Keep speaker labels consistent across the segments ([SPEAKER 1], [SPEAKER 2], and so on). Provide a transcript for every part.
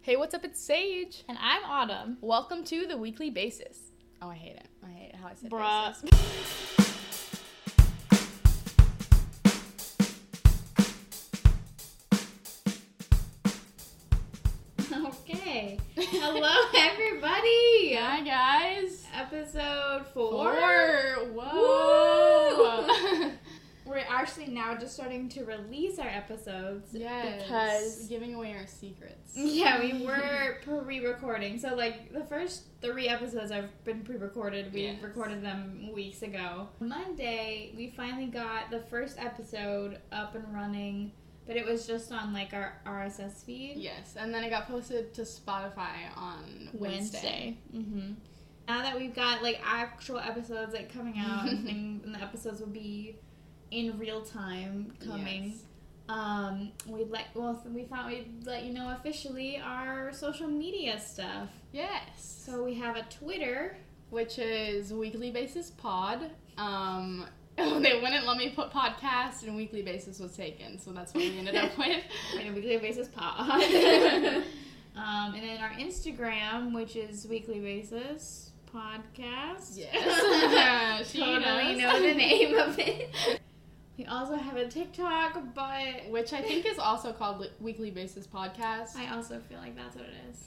[SPEAKER 1] Hey, what's up? It's Sage.
[SPEAKER 2] And I'm Autumn.
[SPEAKER 1] Welcome to the weekly basis. Oh, I hate it. I hate how I said
[SPEAKER 2] Bruh.
[SPEAKER 1] basis.
[SPEAKER 2] Okay. Hello, everybody.
[SPEAKER 1] Hi, guys.
[SPEAKER 2] Episode
[SPEAKER 1] Four.
[SPEAKER 2] four.
[SPEAKER 1] Whoa.
[SPEAKER 2] We're actually now just starting to release our episodes.
[SPEAKER 1] yes.
[SPEAKER 2] Because-
[SPEAKER 1] giving away our secrets.
[SPEAKER 2] Yeah, we were pre-recording. So like the first three episodes have been pre-recorded. We
[SPEAKER 1] Yes.
[SPEAKER 2] recorded them weeks ago. Monday, we finally got the first episode up and running, but it was just on like our RSS feed.
[SPEAKER 1] Yes, and then it got posted to Spotify on Wednesday.
[SPEAKER 2] hmm Now that we've got like actual episodes like coming out and, thing- and the episodes will be in real time coming.
[SPEAKER 1] Yes.
[SPEAKER 2] Um, we'd like well we thought we'd let you know officially our social media stuff.
[SPEAKER 1] Yes.
[SPEAKER 2] So we have a Twitter.
[SPEAKER 1] which is Weekly Basis Pod. Um, they wouldn't let me put podcast, and Weekly Basis was taken, so that's what we ended up with.
[SPEAKER 2] on a weekly basis pod. um, and then our Instagram, which is weekly basis podcast.
[SPEAKER 1] Yes. She
[SPEAKER 2] totally
[SPEAKER 1] knows.
[SPEAKER 2] know the name of it. We also have a TikTok, but
[SPEAKER 1] Which I think is also called Li- Weekly Basis Podcast.
[SPEAKER 2] I also feel like that's what it is.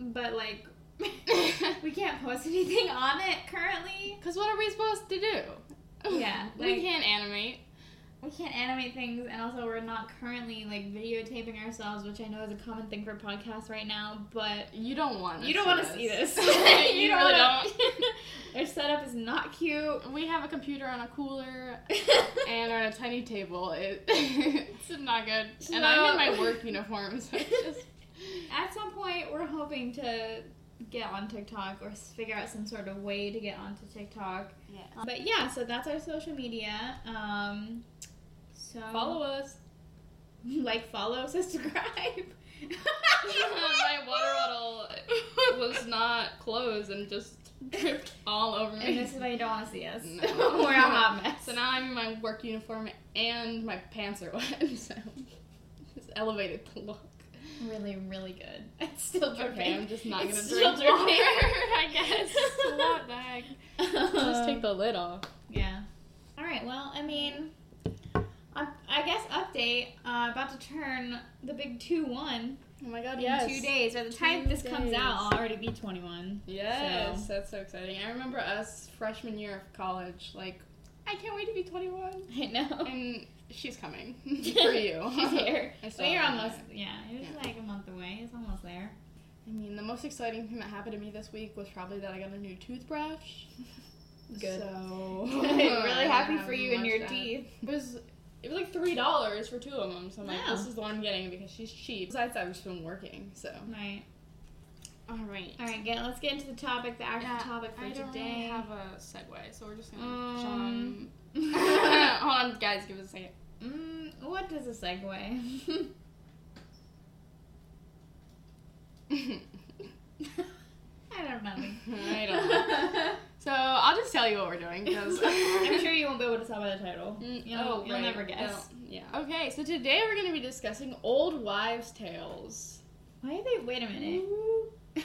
[SPEAKER 2] But like, we can't post anything on it currently.
[SPEAKER 1] Because what are we supposed to do?
[SPEAKER 2] Yeah,
[SPEAKER 1] we
[SPEAKER 2] like-
[SPEAKER 1] can't animate.
[SPEAKER 2] We can't animate things, and also we're not currently like videotaping ourselves, which I know is a common thing for podcasts right now. But
[SPEAKER 1] You don't want
[SPEAKER 2] you don't want to see this.
[SPEAKER 1] you,
[SPEAKER 2] don't
[SPEAKER 1] really
[SPEAKER 2] wanna- Their setup is not cute.
[SPEAKER 1] don't. We have a computer on a cooler and on a tiny table. It, it's not good. And I'm in my
[SPEAKER 2] No.
[SPEAKER 1] work uniform, so it's just.
[SPEAKER 2] At some point, we're hoping to get on TikTok or s- figure out some sort of way to get onto TikTok.
[SPEAKER 1] Yeah.
[SPEAKER 2] Um, But yeah, so that's our social media. Um, so
[SPEAKER 1] Follow us.
[SPEAKER 2] like, follow, subscribe.
[SPEAKER 1] my water bottle was not closed and just dripped all over me.
[SPEAKER 2] And this is why you don't want to see us.
[SPEAKER 1] No.
[SPEAKER 2] we're a hot mess.
[SPEAKER 1] So now I'm in my work uniform and my pants are wet, so it's elevated the look.
[SPEAKER 2] really, really good. It's still dripping.
[SPEAKER 1] Okay, I'm just not
[SPEAKER 2] It's
[SPEAKER 1] gonna drink
[SPEAKER 2] still
[SPEAKER 1] water,
[SPEAKER 2] dripping.
[SPEAKER 1] I guess. Slut bag. Just take the lid off.
[SPEAKER 2] Um, Yeah. All right. Well, I mean, I, I guess update uh, about to turn the big two one
[SPEAKER 1] Oh my god,
[SPEAKER 2] in
[SPEAKER 1] yes.
[SPEAKER 2] two days. By the time
[SPEAKER 1] Two
[SPEAKER 2] this comes out,
[SPEAKER 1] days.
[SPEAKER 2] I'll already be twenty one.
[SPEAKER 1] Yes,
[SPEAKER 2] So-
[SPEAKER 1] that's so exciting. I remember us freshman year of college, like, I can't wait to be 21.
[SPEAKER 2] I know.
[SPEAKER 1] And she's coming for you.
[SPEAKER 2] She's here.
[SPEAKER 1] I
[SPEAKER 2] So
[SPEAKER 1] saw
[SPEAKER 2] you're
[SPEAKER 1] her.
[SPEAKER 2] almost. Yeah, it's
[SPEAKER 1] Yeah.
[SPEAKER 2] like a month away. It's almost there.
[SPEAKER 1] I mean, the most exciting thing that happened to me this week was probably that I got a new toothbrush.
[SPEAKER 2] Good.
[SPEAKER 1] So
[SPEAKER 2] really happy for you and your
[SPEAKER 1] Much that.
[SPEAKER 2] teeth.
[SPEAKER 1] It was it was like three dollars for two of them. So I'm like,
[SPEAKER 2] Yeah.
[SPEAKER 1] this is the one I'm getting because she's cheap. Besides, I've just been working. So
[SPEAKER 2] Right.
[SPEAKER 1] all right,
[SPEAKER 2] All right. Get. Let's get into the topic. The actual topic for
[SPEAKER 1] I don't
[SPEAKER 2] today.
[SPEAKER 1] really have a segue, so we're just gonna
[SPEAKER 2] Um,
[SPEAKER 1] jump. Hold on, guys, give us a second.
[SPEAKER 2] mm, what does a segue? I don't know.
[SPEAKER 1] I don't know. so I'll just tell you what we're doing because
[SPEAKER 2] I'm sure you won't be able to tell by the title.
[SPEAKER 1] Mm,
[SPEAKER 2] You'll,
[SPEAKER 1] oh,
[SPEAKER 2] you'll
[SPEAKER 1] right.
[SPEAKER 2] never guess.
[SPEAKER 1] No, yeah. Okay, so today we're going to be discussing old wives' tales.
[SPEAKER 2] Why are they? Wait a minute. wait,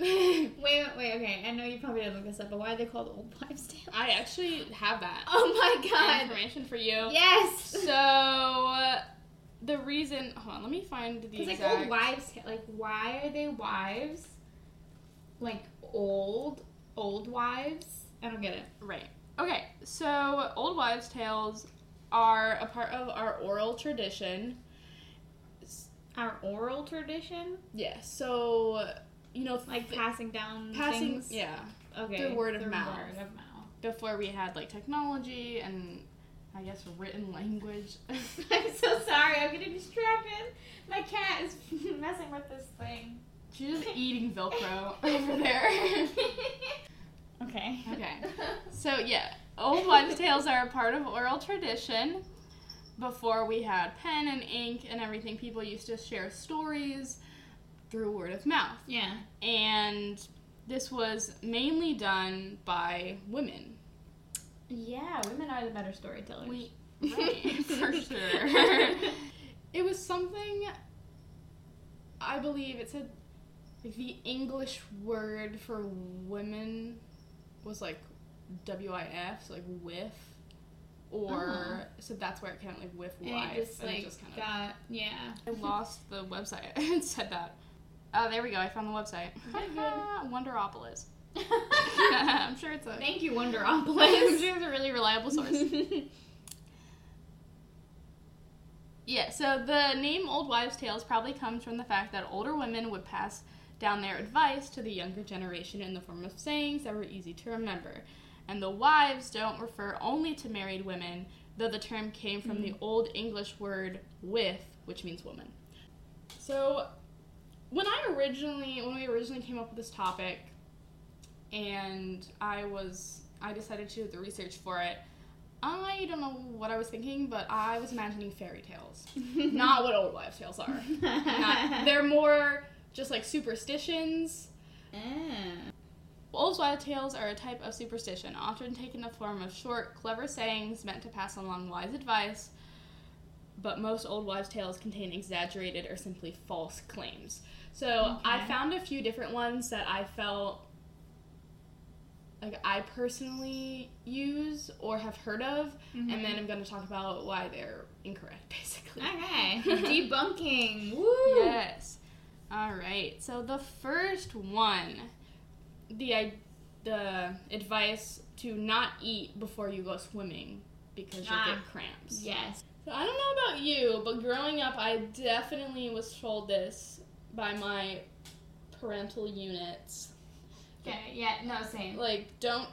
[SPEAKER 1] I
[SPEAKER 2] wait, wait. Okay, I know you probably didn't look this up, but why are they called old wives' tales?
[SPEAKER 1] actually have that
[SPEAKER 2] Oh my god!
[SPEAKER 1] information for you.
[SPEAKER 2] Yes.
[SPEAKER 1] So uh, the reason, hold on, let me find the
[SPEAKER 2] Because like
[SPEAKER 1] exact.
[SPEAKER 2] old wives' tale. Like why are they wives? Like old old wives. I don't get it.
[SPEAKER 1] Right. Okay. So old wives' tales are a part of our oral tradition. S-
[SPEAKER 2] Our oral tradition,
[SPEAKER 1] Yeah. So you know,
[SPEAKER 2] like
[SPEAKER 1] th-
[SPEAKER 2] passing down
[SPEAKER 1] passing.
[SPEAKER 2] things?
[SPEAKER 1] Yeah.
[SPEAKER 2] Okay.
[SPEAKER 1] through word of
[SPEAKER 2] through
[SPEAKER 1] mouth.
[SPEAKER 2] Word of mouth.
[SPEAKER 1] before we had like technology and I guess written language.
[SPEAKER 2] I'm so sorry. I'm getting distracted. My cat is messing with this thing.
[SPEAKER 1] She's just eating Velcro over there.
[SPEAKER 2] okay.
[SPEAKER 1] Okay. so yeah, old wives' tales are a part of oral tradition. Before we had pen and ink and everything, people used to share stories through word of mouth,
[SPEAKER 2] Yeah.
[SPEAKER 1] and this was mainly done by women.
[SPEAKER 2] Yeah, women are the better storytellers.
[SPEAKER 1] We, right, for sure. it was something I believe it said like, the English word for women was like WIF, so like whiff. Or
[SPEAKER 2] Uh-huh.
[SPEAKER 1] so that's where it came like with
[SPEAKER 2] And
[SPEAKER 1] wife,
[SPEAKER 2] it just
[SPEAKER 1] and
[SPEAKER 2] like
[SPEAKER 1] it just kind of
[SPEAKER 2] got yeah.
[SPEAKER 1] I lost the website and said that. Oh, there we go. I found the website.
[SPEAKER 2] Okay, good.
[SPEAKER 1] Wonderopolis. I'm sure it's a.
[SPEAKER 2] Thank you,
[SPEAKER 1] I'm
[SPEAKER 2] Wonderopolis.
[SPEAKER 1] sure it's a really reliable source. yeah. So the name Old Wives' Tales probably comes from the fact that older women would pass down their advice to the younger generation in the form of sayings that were easy to remember. And the wives don't refer only to married women, though the term came from the Old English word with, which means woman. So when I originally when we originally came up with this topic and I was I decided to do the research for it, I don't know what I was thinking, but I was imagining fairy tales. Not what old wives tales are. Not, they're more just like superstitions.
[SPEAKER 2] Ah.
[SPEAKER 1] Old wives tales are a type of superstition, often taken the form of short, clever sayings meant to pass along wise advice. But most old wives' tales contain exaggerated or simply false claims. So I
[SPEAKER 2] Okay.
[SPEAKER 1] found a few different ones that I felt like I personally use or have heard of, and then I'm going to talk about why they're incorrect, basically.
[SPEAKER 2] Okay. Debunking. Mm-hmm. Woo.
[SPEAKER 1] Yes. All right. So the first one, the i- the advice to not eat before you go swimming because you'll
[SPEAKER 2] Ah.
[SPEAKER 1] get cramps.
[SPEAKER 2] Yes.
[SPEAKER 1] So I don't know about you, but growing up, I definitely was told this by my parental units.
[SPEAKER 2] Okay. Yeah. No. Same.
[SPEAKER 1] Like, don't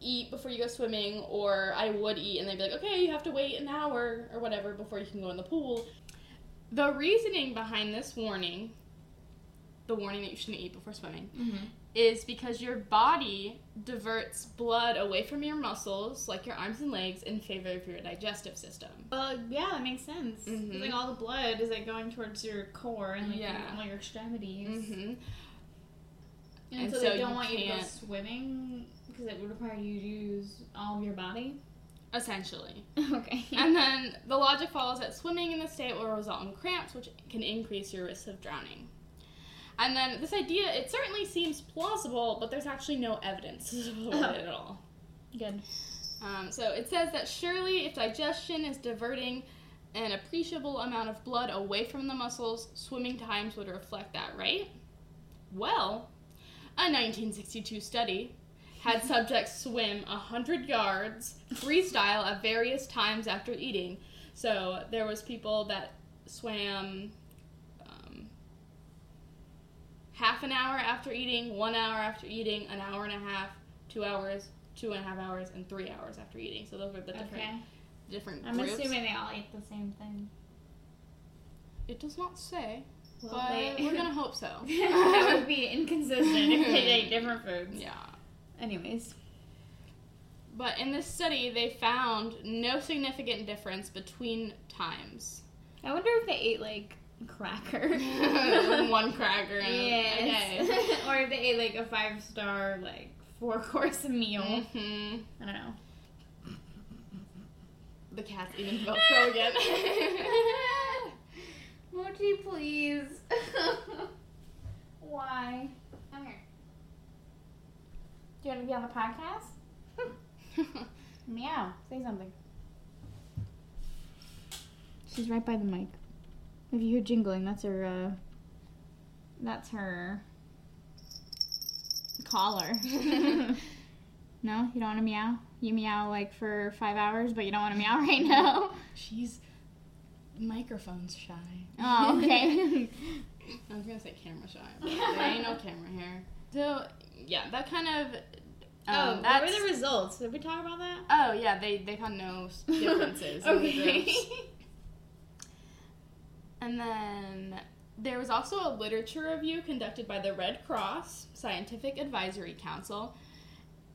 [SPEAKER 1] eat before you go swimming, or I would eat, and they'd be like, okay, you have to wait an hour or whatever before you can go in the pool. The reasoning behind this warning, the warning that you shouldn't eat before swimming,
[SPEAKER 2] Mm-hmm.
[SPEAKER 1] is because your body diverts blood away from your muscles, like your arms and legs, in favor of your digestive system.
[SPEAKER 2] Well, uh, yeah, that makes sense. 'Cause,
[SPEAKER 1] Mhm.
[SPEAKER 2] Like all the blood is like going towards your core and like your-
[SPEAKER 1] Yeah.
[SPEAKER 2] all your extremities,
[SPEAKER 1] hmm
[SPEAKER 2] and,
[SPEAKER 1] And
[SPEAKER 2] so,
[SPEAKER 1] so
[SPEAKER 2] they don't
[SPEAKER 1] you
[SPEAKER 2] want you to go
[SPEAKER 1] can't-
[SPEAKER 2] swimming because it would require you to use all of your body.
[SPEAKER 1] Essentially.
[SPEAKER 2] okay.
[SPEAKER 1] And then the logic follows that swimming in this state will result in cramps, which can increase your risk of drowning. And then this idea, it certainly seems plausible, but there's actually no evidence for it at all.
[SPEAKER 2] Good.
[SPEAKER 1] Um, so it says that surely if digestion is diverting an appreciable amount of blood away from the muscles, swimming times would reflect that, right? Well, a 1962 study had subjects swim 100 yards freestyle at various times after eating. So there was people that swam um, half an hour after eating, one hour after eating, an hour and a half, two hours, two and a half hours, and three hours after eating. So those were the different
[SPEAKER 2] Okay.
[SPEAKER 1] different
[SPEAKER 2] I'm
[SPEAKER 1] groups.
[SPEAKER 2] assuming they all eat the same thing.
[SPEAKER 1] It does not say,
[SPEAKER 2] Well,
[SPEAKER 1] but
[SPEAKER 2] they-
[SPEAKER 1] we're gonna hope so.
[SPEAKER 2] that would be inconsistent if they ate different foods.
[SPEAKER 1] yeah.
[SPEAKER 2] Anyways.
[SPEAKER 1] But in this study, they found no significant difference between times.
[SPEAKER 2] I wonder if they ate like cracker.
[SPEAKER 1] One cracker and a day.
[SPEAKER 2] Yes. or if they ate like a five star like four course meal.
[SPEAKER 1] hmm
[SPEAKER 2] I don't know.
[SPEAKER 1] The cat's even felt crow again.
[SPEAKER 2] Mochi, please. Why? Come here. Do you want to be on the podcast? Meow. Say something. She's right by the mic. If you hear jingling, that's her. Uh, that's her collar. no, you don't want to meow. You meow like for five hours, but you don't want to meow right now.
[SPEAKER 1] She's microphones shy.
[SPEAKER 2] Oh, okay.
[SPEAKER 1] I was gonna say camera shy. But there ain't no camera here. So yeah, that kind of. Um,
[SPEAKER 2] oh, what
[SPEAKER 1] that's,
[SPEAKER 2] were the results? Did we talk about that?
[SPEAKER 1] oh yeah, they they found no s- differences. in the
[SPEAKER 2] okay.
[SPEAKER 1] groups. And then there was also a literature review conducted by the Red Cross Scientific Advisory Council,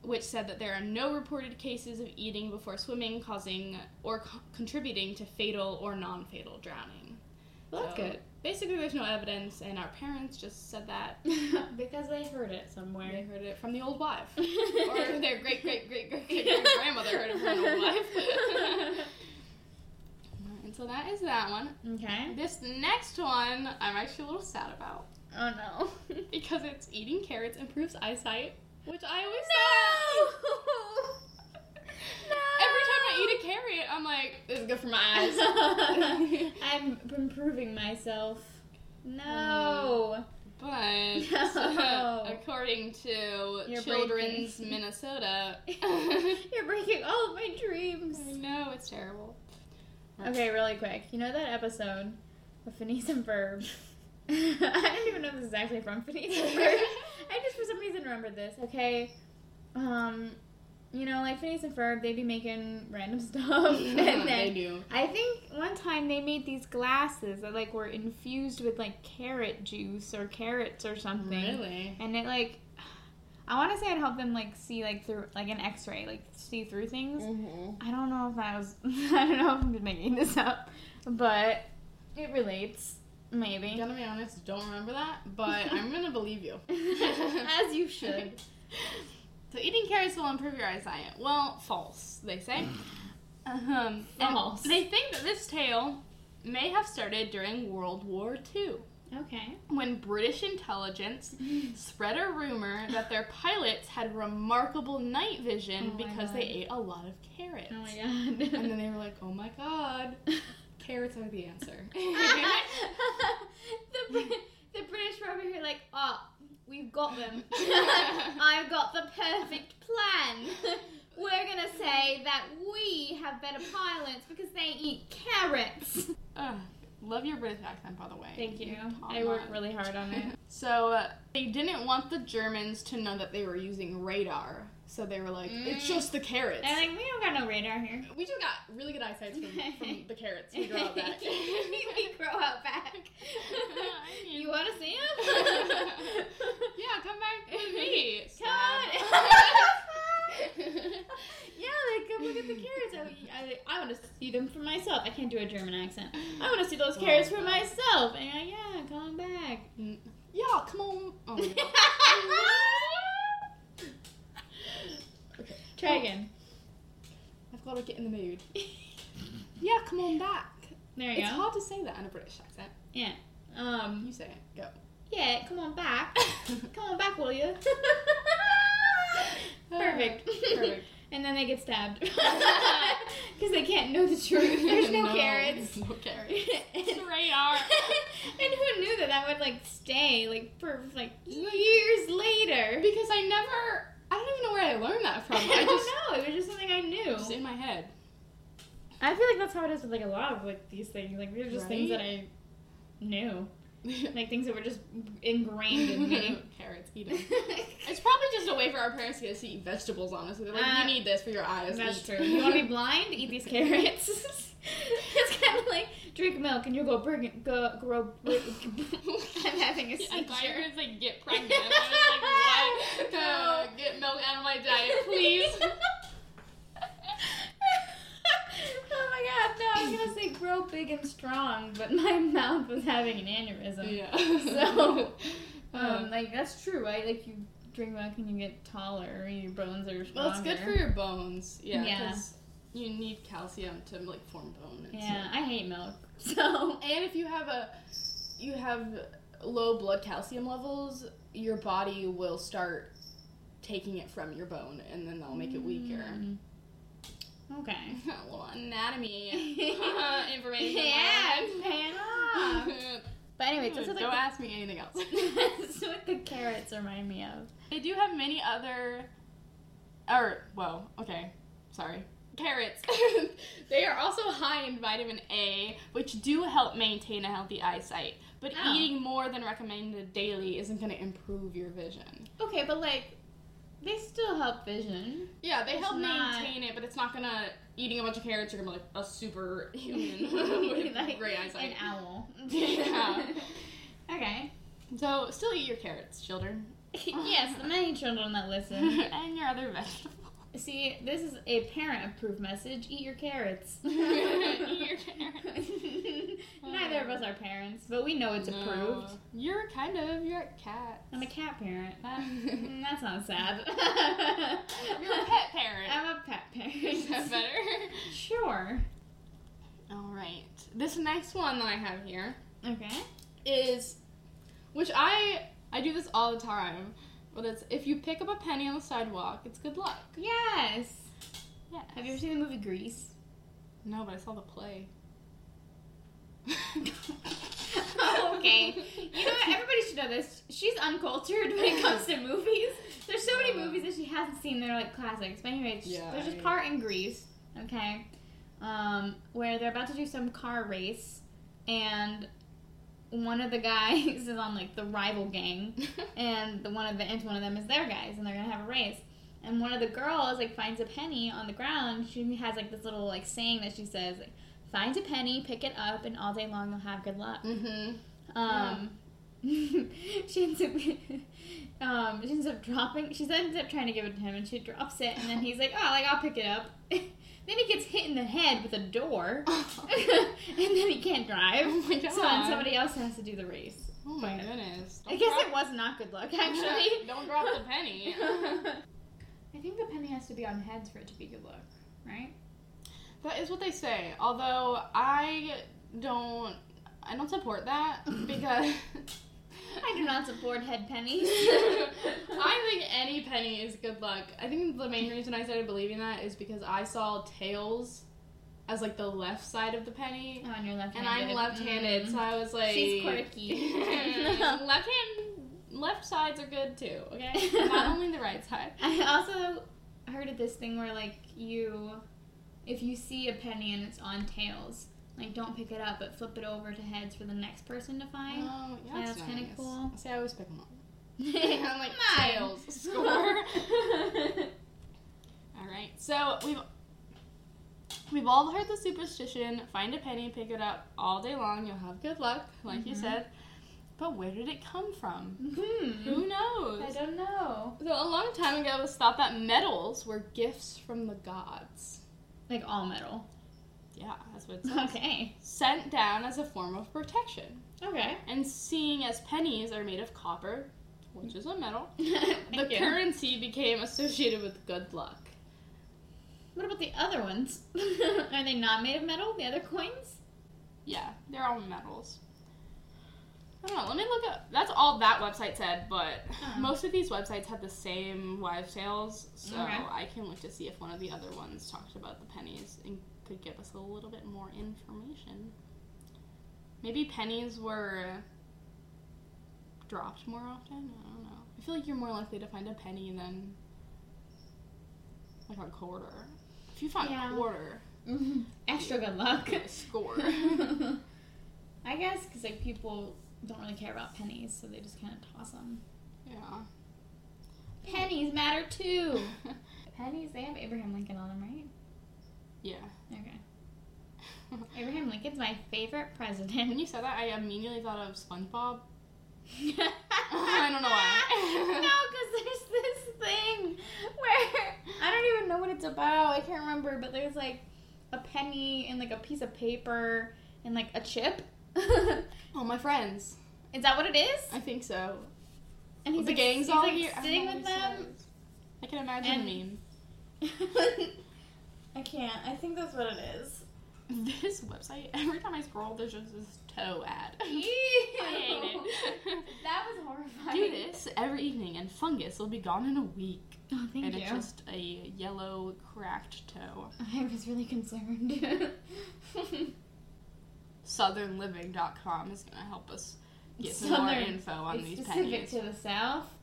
[SPEAKER 1] which said that there are no reported cases of eating before swimming causing or co- contributing to fatal or non fatal drowning.
[SPEAKER 2] Well, that's
[SPEAKER 1] So, Basically, there's no evidence, and our parents just said that.
[SPEAKER 2] good. because they heard it
[SPEAKER 1] They
[SPEAKER 2] somewhere.
[SPEAKER 1] heard it from the old wife. or
[SPEAKER 2] or
[SPEAKER 1] their great great great great great grandmother heard it from the old wife. Alright, So that is that one.
[SPEAKER 2] Okay.
[SPEAKER 1] This next one, I'm actually a little sad about
[SPEAKER 2] Oh no.
[SPEAKER 1] because it's eating carrots improves eyesight, which I always
[SPEAKER 2] No.
[SPEAKER 1] Every time I eat a carrot, I'm like, this is good for my eyes.
[SPEAKER 2] I'm improving myself. No.
[SPEAKER 1] but
[SPEAKER 2] No.
[SPEAKER 1] according to
[SPEAKER 2] You're
[SPEAKER 1] Children's
[SPEAKER 2] breaking.
[SPEAKER 1] Minnesota, I
[SPEAKER 2] You're breaking all of my dreams.
[SPEAKER 1] know it's terrible.
[SPEAKER 2] Okay, really quick. You know that episode of Phineas and Ferb? I don't even know if this is actually from Phineas and Ferb. I just for some reason remembered this. Okay. Um, you know, like Phineas and Ferb, they be making random stuff. and then
[SPEAKER 1] they do.
[SPEAKER 2] I think one time they made these glasses that like were infused with like carrot juice or carrots or something.
[SPEAKER 1] Really?
[SPEAKER 2] And it like I wanna say it helped them like see like through like an X ray, like see through things.
[SPEAKER 1] Mm-hmm.
[SPEAKER 2] I don't know if that was. I don't know if I'm just making this up, but it relates, maybe.
[SPEAKER 1] Gonna be honest, don't remember that, but I'm gonna believe you.
[SPEAKER 2] As you should.
[SPEAKER 1] so eating carrots will improve your eyesight. Well, false, they say. Um, and
[SPEAKER 2] False.
[SPEAKER 1] They think that this tale may have started during World War II,
[SPEAKER 2] Okay.
[SPEAKER 1] when British intelligence spread a rumor that their pilots had remarkable night
[SPEAKER 2] Oh
[SPEAKER 1] vision
[SPEAKER 2] my
[SPEAKER 1] because they
[SPEAKER 2] God.
[SPEAKER 1] ate a lot of carrots.
[SPEAKER 2] Oh my
[SPEAKER 1] And
[SPEAKER 2] god.
[SPEAKER 1] then they were like, "Oh my God, carrots are the answer."
[SPEAKER 2] the, Br- the British were over here like, oh, we've got them. I've got the perfect plan. We're gonna say that we have better pilots because they eat carrots.
[SPEAKER 1] Ugh, Ah, love your British accent, by the way.
[SPEAKER 2] Thank you.
[SPEAKER 1] Top
[SPEAKER 2] I work
[SPEAKER 1] notch.
[SPEAKER 2] really hard on it.
[SPEAKER 1] So uh, they didn't want the Germans to know that they were using radar. So they were like, it's
[SPEAKER 2] Mm.
[SPEAKER 1] just the carrots.
[SPEAKER 2] And like, we don't got no radar here.
[SPEAKER 1] we just got really good eyesight from, from the carrots. We grow out that.
[SPEAKER 2] we grow out back.
[SPEAKER 1] I mean-
[SPEAKER 2] you want to see him?
[SPEAKER 1] yeah, come back with me.
[SPEAKER 2] Come on.
[SPEAKER 1] Stab.
[SPEAKER 2] yeah, like come look at the carrots. I, I, I want to see them for myself. I can't do a German accent. I want to see those
[SPEAKER 1] Oh,
[SPEAKER 2] carrots for
[SPEAKER 1] God.
[SPEAKER 2] myself. And I, yeah, come back.
[SPEAKER 1] yeah, come on. Oh, my God.
[SPEAKER 2] Try again.
[SPEAKER 1] Oh, I've got to get in the mood. Yeah, come on back.
[SPEAKER 2] There you
[SPEAKER 1] It's
[SPEAKER 2] go.
[SPEAKER 1] hard to say that in a British accent.
[SPEAKER 2] Yeah. Um.
[SPEAKER 1] You say it. Go.
[SPEAKER 2] Yeah, come on back. come on back, will you? Perfect.
[SPEAKER 1] Perfect.
[SPEAKER 2] And then they get stabbed. Because they can't know the truth. There's no, carrots.
[SPEAKER 1] No carrots.
[SPEAKER 2] and
[SPEAKER 1] Radar.
[SPEAKER 2] who knew that that would like stay like for like years later?
[SPEAKER 1] Because I never, I don't even know where I learned that from.
[SPEAKER 2] I
[SPEAKER 1] I
[SPEAKER 2] don't
[SPEAKER 1] just,
[SPEAKER 2] know. It was just something I
[SPEAKER 1] just
[SPEAKER 2] knew.
[SPEAKER 1] in my head.
[SPEAKER 2] I feel like that's how it is with like a lot of like these things. Like they're just things
[SPEAKER 1] Right?
[SPEAKER 2] that I knew, like things that were just ingrained in me.
[SPEAKER 1] Carrots, eat 'em. It's probably just a way for our parents to get us to eat vegetables, honestly. They're like,
[SPEAKER 2] Uh,
[SPEAKER 1] you need this for your eyes.
[SPEAKER 2] That's
[SPEAKER 1] eat."
[SPEAKER 2] true. You want to be blind? Eat these carrots. it's kind of like drink milk and you'll go burg- go grow. I'm having a
[SPEAKER 1] Yeah, I thought you were
[SPEAKER 2] seizure.
[SPEAKER 1] gonna say get pregnant. I was like,
[SPEAKER 2] No.
[SPEAKER 1] what? Uh, get milk out of my diet, please.
[SPEAKER 2] oh my god! No, I was gonna say grow big and strong, but my mouth was having an aneurysm.
[SPEAKER 1] yeah.
[SPEAKER 2] So, Um,
[SPEAKER 1] um,
[SPEAKER 2] like that's true, right? Like you drink milk and you get taller, and your bones are stronger.
[SPEAKER 1] well, it's good for your bones. Yeah.
[SPEAKER 2] Yeah.
[SPEAKER 1] 'cause You need calcium to like form bone. and stuff.
[SPEAKER 2] Yeah, I hate milk, so
[SPEAKER 1] And if you have a you have low blood calcium levels, your body will start taking it from your bone and then they'll make it weaker.
[SPEAKER 2] Mm. Okay.
[SPEAKER 1] A little anatomy uh, information.
[SPEAKER 2] Yeah,
[SPEAKER 1] there.
[SPEAKER 2] pan off. But anyway, that's what
[SPEAKER 1] Don't
[SPEAKER 2] the,
[SPEAKER 1] ask me anything else.
[SPEAKER 2] that's what the carrots remind me of.
[SPEAKER 1] they do have many other or well, okay. Sorry. Carrots. they are also high in vitamin A, which do help maintain a healthy eyesight. But
[SPEAKER 2] Oh.
[SPEAKER 1] eating more than recommended daily isn't going to improve your vision.
[SPEAKER 2] Okay, but like, they still help vision.
[SPEAKER 1] Yeah, they
[SPEAKER 2] It's
[SPEAKER 1] help
[SPEAKER 2] not-
[SPEAKER 1] maintain it, but it's not gonna eating a bunch of carrots. You're gonna be like a super human with
[SPEAKER 2] Like
[SPEAKER 1] great eyesight.
[SPEAKER 2] An owl.
[SPEAKER 1] Yeah.
[SPEAKER 2] okay.
[SPEAKER 1] So still eat your carrots, children,
[SPEAKER 2] yes, the many children that listen.
[SPEAKER 1] and your other vegetables.
[SPEAKER 2] See, this is a parent-approved message. Eat your carrots.
[SPEAKER 1] eat your carrots.
[SPEAKER 2] Neither of us are parents, but we know it's approved.
[SPEAKER 1] No. You're kind of you're a cat.
[SPEAKER 2] I'm a cat parent. That-
[SPEAKER 1] you're
[SPEAKER 2] mm, that's not sad.
[SPEAKER 1] a pet parent.
[SPEAKER 2] I'm a pet parent.
[SPEAKER 1] Is that better?
[SPEAKER 2] Sure.
[SPEAKER 1] All right. This next one that I have here
[SPEAKER 2] Okay.
[SPEAKER 1] is which I I do this all the time. But it's if you pick up a penny on the sidewalk, it's good luck.
[SPEAKER 2] Yes.
[SPEAKER 1] Yeah.
[SPEAKER 2] Have you ever seen the movie Grease?
[SPEAKER 1] No, but I saw the play.
[SPEAKER 2] okay. You know what? Everybody should know this. She's uncultured when it comes to movies. There's so many movies that she hasn't seen that are like classics. But anyways,
[SPEAKER 1] Yeah,
[SPEAKER 2] there's this
[SPEAKER 1] I-
[SPEAKER 2] part in Greece, okay, um, where they're about to do some car race, and one of the guys is on like the rival gang, and the one of the and one of them is their guys, and they're gonna have a race. And one of the girls like finds a penny on the ground. She has like this little like saying that she says like, "Find a penny, pick it up, and all day long you'll have good luck."
[SPEAKER 1] mm-hmm.
[SPEAKER 2] Um, she ends up, um, she ends up dropping. She ends up trying to give it to him, and she drops it, and then he's like, "Oh, like I'll pick it up." then he gets hit in the head with a door, and then he can't drive.
[SPEAKER 1] Oh my
[SPEAKER 2] So then
[SPEAKER 1] God.
[SPEAKER 2] somebody else has to do the race.
[SPEAKER 1] Oh my goodness.
[SPEAKER 2] I guess it was not good luck, actually.
[SPEAKER 1] Don't drop the penny.
[SPEAKER 2] I think the penny has to be on heads for it to be good luck, right?
[SPEAKER 1] That is what they say. Although I don't, I don't support that because
[SPEAKER 2] I do not support head pennies.
[SPEAKER 1] I think any penny is good luck. I think the main reason I started believing that is because I saw tails as like the left side of the penny,
[SPEAKER 2] on your left.
[SPEAKER 1] and I'm left-handed, so I was like,
[SPEAKER 2] She's quirky.
[SPEAKER 1] left hand, left sides are good too. Okay, not only the right side.
[SPEAKER 2] I also heard of this thing where like you, if you see a penny and it's on tails, like don't pick it up, but flip it over to heads for the next person to find.
[SPEAKER 1] Oh, yeah,
[SPEAKER 2] That's
[SPEAKER 1] that's,
[SPEAKER 2] kinda
[SPEAKER 1] nice.
[SPEAKER 2] cool.
[SPEAKER 1] See, I always pick them up. I'm like
[SPEAKER 2] Mine.
[SPEAKER 1] tails score. All right. So we've we've all heard the superstition: find a penny, pick it up all day long, you'll have good luck, like you
[SPEAKER 2] Mhm.
[SPEAKER 1] said. But where did it come from?
[SPEAKER 2] hmm.
[SPEAKER 1] Who knows?
[SPEAKER 2] I don't know.
[SPEAKER 1] So a long time ago, it was thought that medals were gifts from the gods.
[SPEAKER 2] Like all metal.
[SPEAKER 1] Yeah, that's what it says.
[SPEAKER 2] Okay.
[SPEAKER 1] Sent down as a form of protection.
[SPEAKER 2] Okay.
[SPEAKER 1] And seeing as pennies are made of copper, which is a metal, the
[SPEAKER 2] Mm. Thank you.
[SPEAKER 1] currency became associated with good luck.
[SPEAKER 2] what about the other ones? Are they not made of metal? The other coins?
[SPEAKER 1] Yeah, they're all metals. I don't know. Let me look up. That's all that website said, but
[SPEAKER 2] Oh.
[SPEAKER 1] most of these websites have the same wives' tales, so
[SPEAKER 2] Okay.
[SPEAKER 1] I can look to see if one of the other ones talked about the pennies and could give us a little bit more information. Maybe pennies were dropped more often. I don't know. I feel like you're more likely to find a penny than like a quarter. If you find
[SPEAKER 2] Yeah.
[SPEAKER 1] a quarter,
[SPEAKER 2] Extra good luck.
[SPEAKER 1] score.
[SPEAKER 2] I guess because like people don't really care about pennies, so they just kind of toss them.
[SPEAKER 1] yeah.
[SPEAKER 2] Pennies matter too. Pennies, they have Abraham Lincoln on them, right?
[SPEAKER 1] yeah.
[SPEAKER 2] Okay. Abraham Lincoln's my favorite
[SPEAKER 1] When
[SPEAKER 2] president.
[SPEAKER 1] you said that, I immediately thought of SpongeBob.
[SPEAKER 2] Oh,
[SPEAKER 1] I don't know why.
[SPEAKER 2] no, because there's this thing where I don't even know what it's about. I can't remember, but there's like a penny and like a piece of paper and like a chip. is
[SPEAKER 1] All Oh, my friends.
[SPEAKER 2] that what it is?
[SPEAKER 1] I think so.
[SPEAKER 2] And
[SPEAKER 1] the
[SPEAKER 2] like,
[SPEAKER 1] gang's
[SPEAKER 2] he's
[SPEAKER 1] all
[SPEAKER 2] like
[SPEAKER 1] here. I don't
[SPEAKER 2] sitting
[SPEAKER 1] know
[SPEAKER 2] with
[SPEAKER 1] what he
[SPEAKER 2] them.
[SPEAKER 1] says. I can imagine
[SPEAKER 2] And-
[SPEAKER 1] the meme.
[SPEAKER 2] I can't. I think that's what it is.
[SPEAKER 1] This website, every time I scroll, there's just this toe ad.
[SPEAKER 2] Ew.
[SPEAKER 1] I hate it.
[SPEAKER 2] That was horrifying.
[SPEAKER 1] Do this every evening, and fungus will be gone in a week.
[SPEAKER 2] Oh, thank
[SPEAKER 1] and
[SPEAKER 2] you.
[SPEAKER 1] it's just a yellow, cracked toe.
[SPEAKER 2] I was really concerned.
[SPEAKER 1] Southernliving.com is going to help us get some more
[SPEAKER 2] Southern.
[SPEAKER 1] info on
[SPEAKER 2] It's
[SPEAKER 1] these
[SPEAKER 2] specific
[SPEAKER 1] pennies.
[SPEAKER 2] to the south.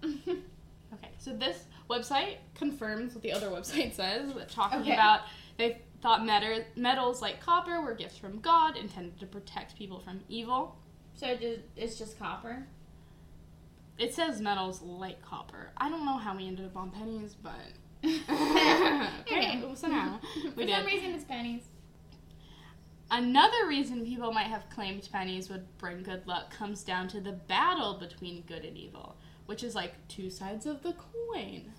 [SPEAKER 1] Okay, so this website confirms what the other website says, that talking
[SPEAKER 2] Okay.
[SPEAKER 1] about they thought metal, metals like copper were gifts from God intended to protect people from evil.
[SPEAKER 2] so it just, it's just copper.
[SPEAKER 1] It says metals like copper. I don't know how we ended up on pennies, but
[SPEAKER 2] Okay.
[SPEAKER 1] okay, somehow
[SPEAKER 2] For
[SPEAKER 1] we
[SPEAKER 2] some
[SPEAKER 1] did.
[SPEAKER 2] reason, it's pennies.
[SPEAKER 1] Another reason people might have claimed pennies would bring good luck comes down to the battle between good and evil, which is like two sides of the coin.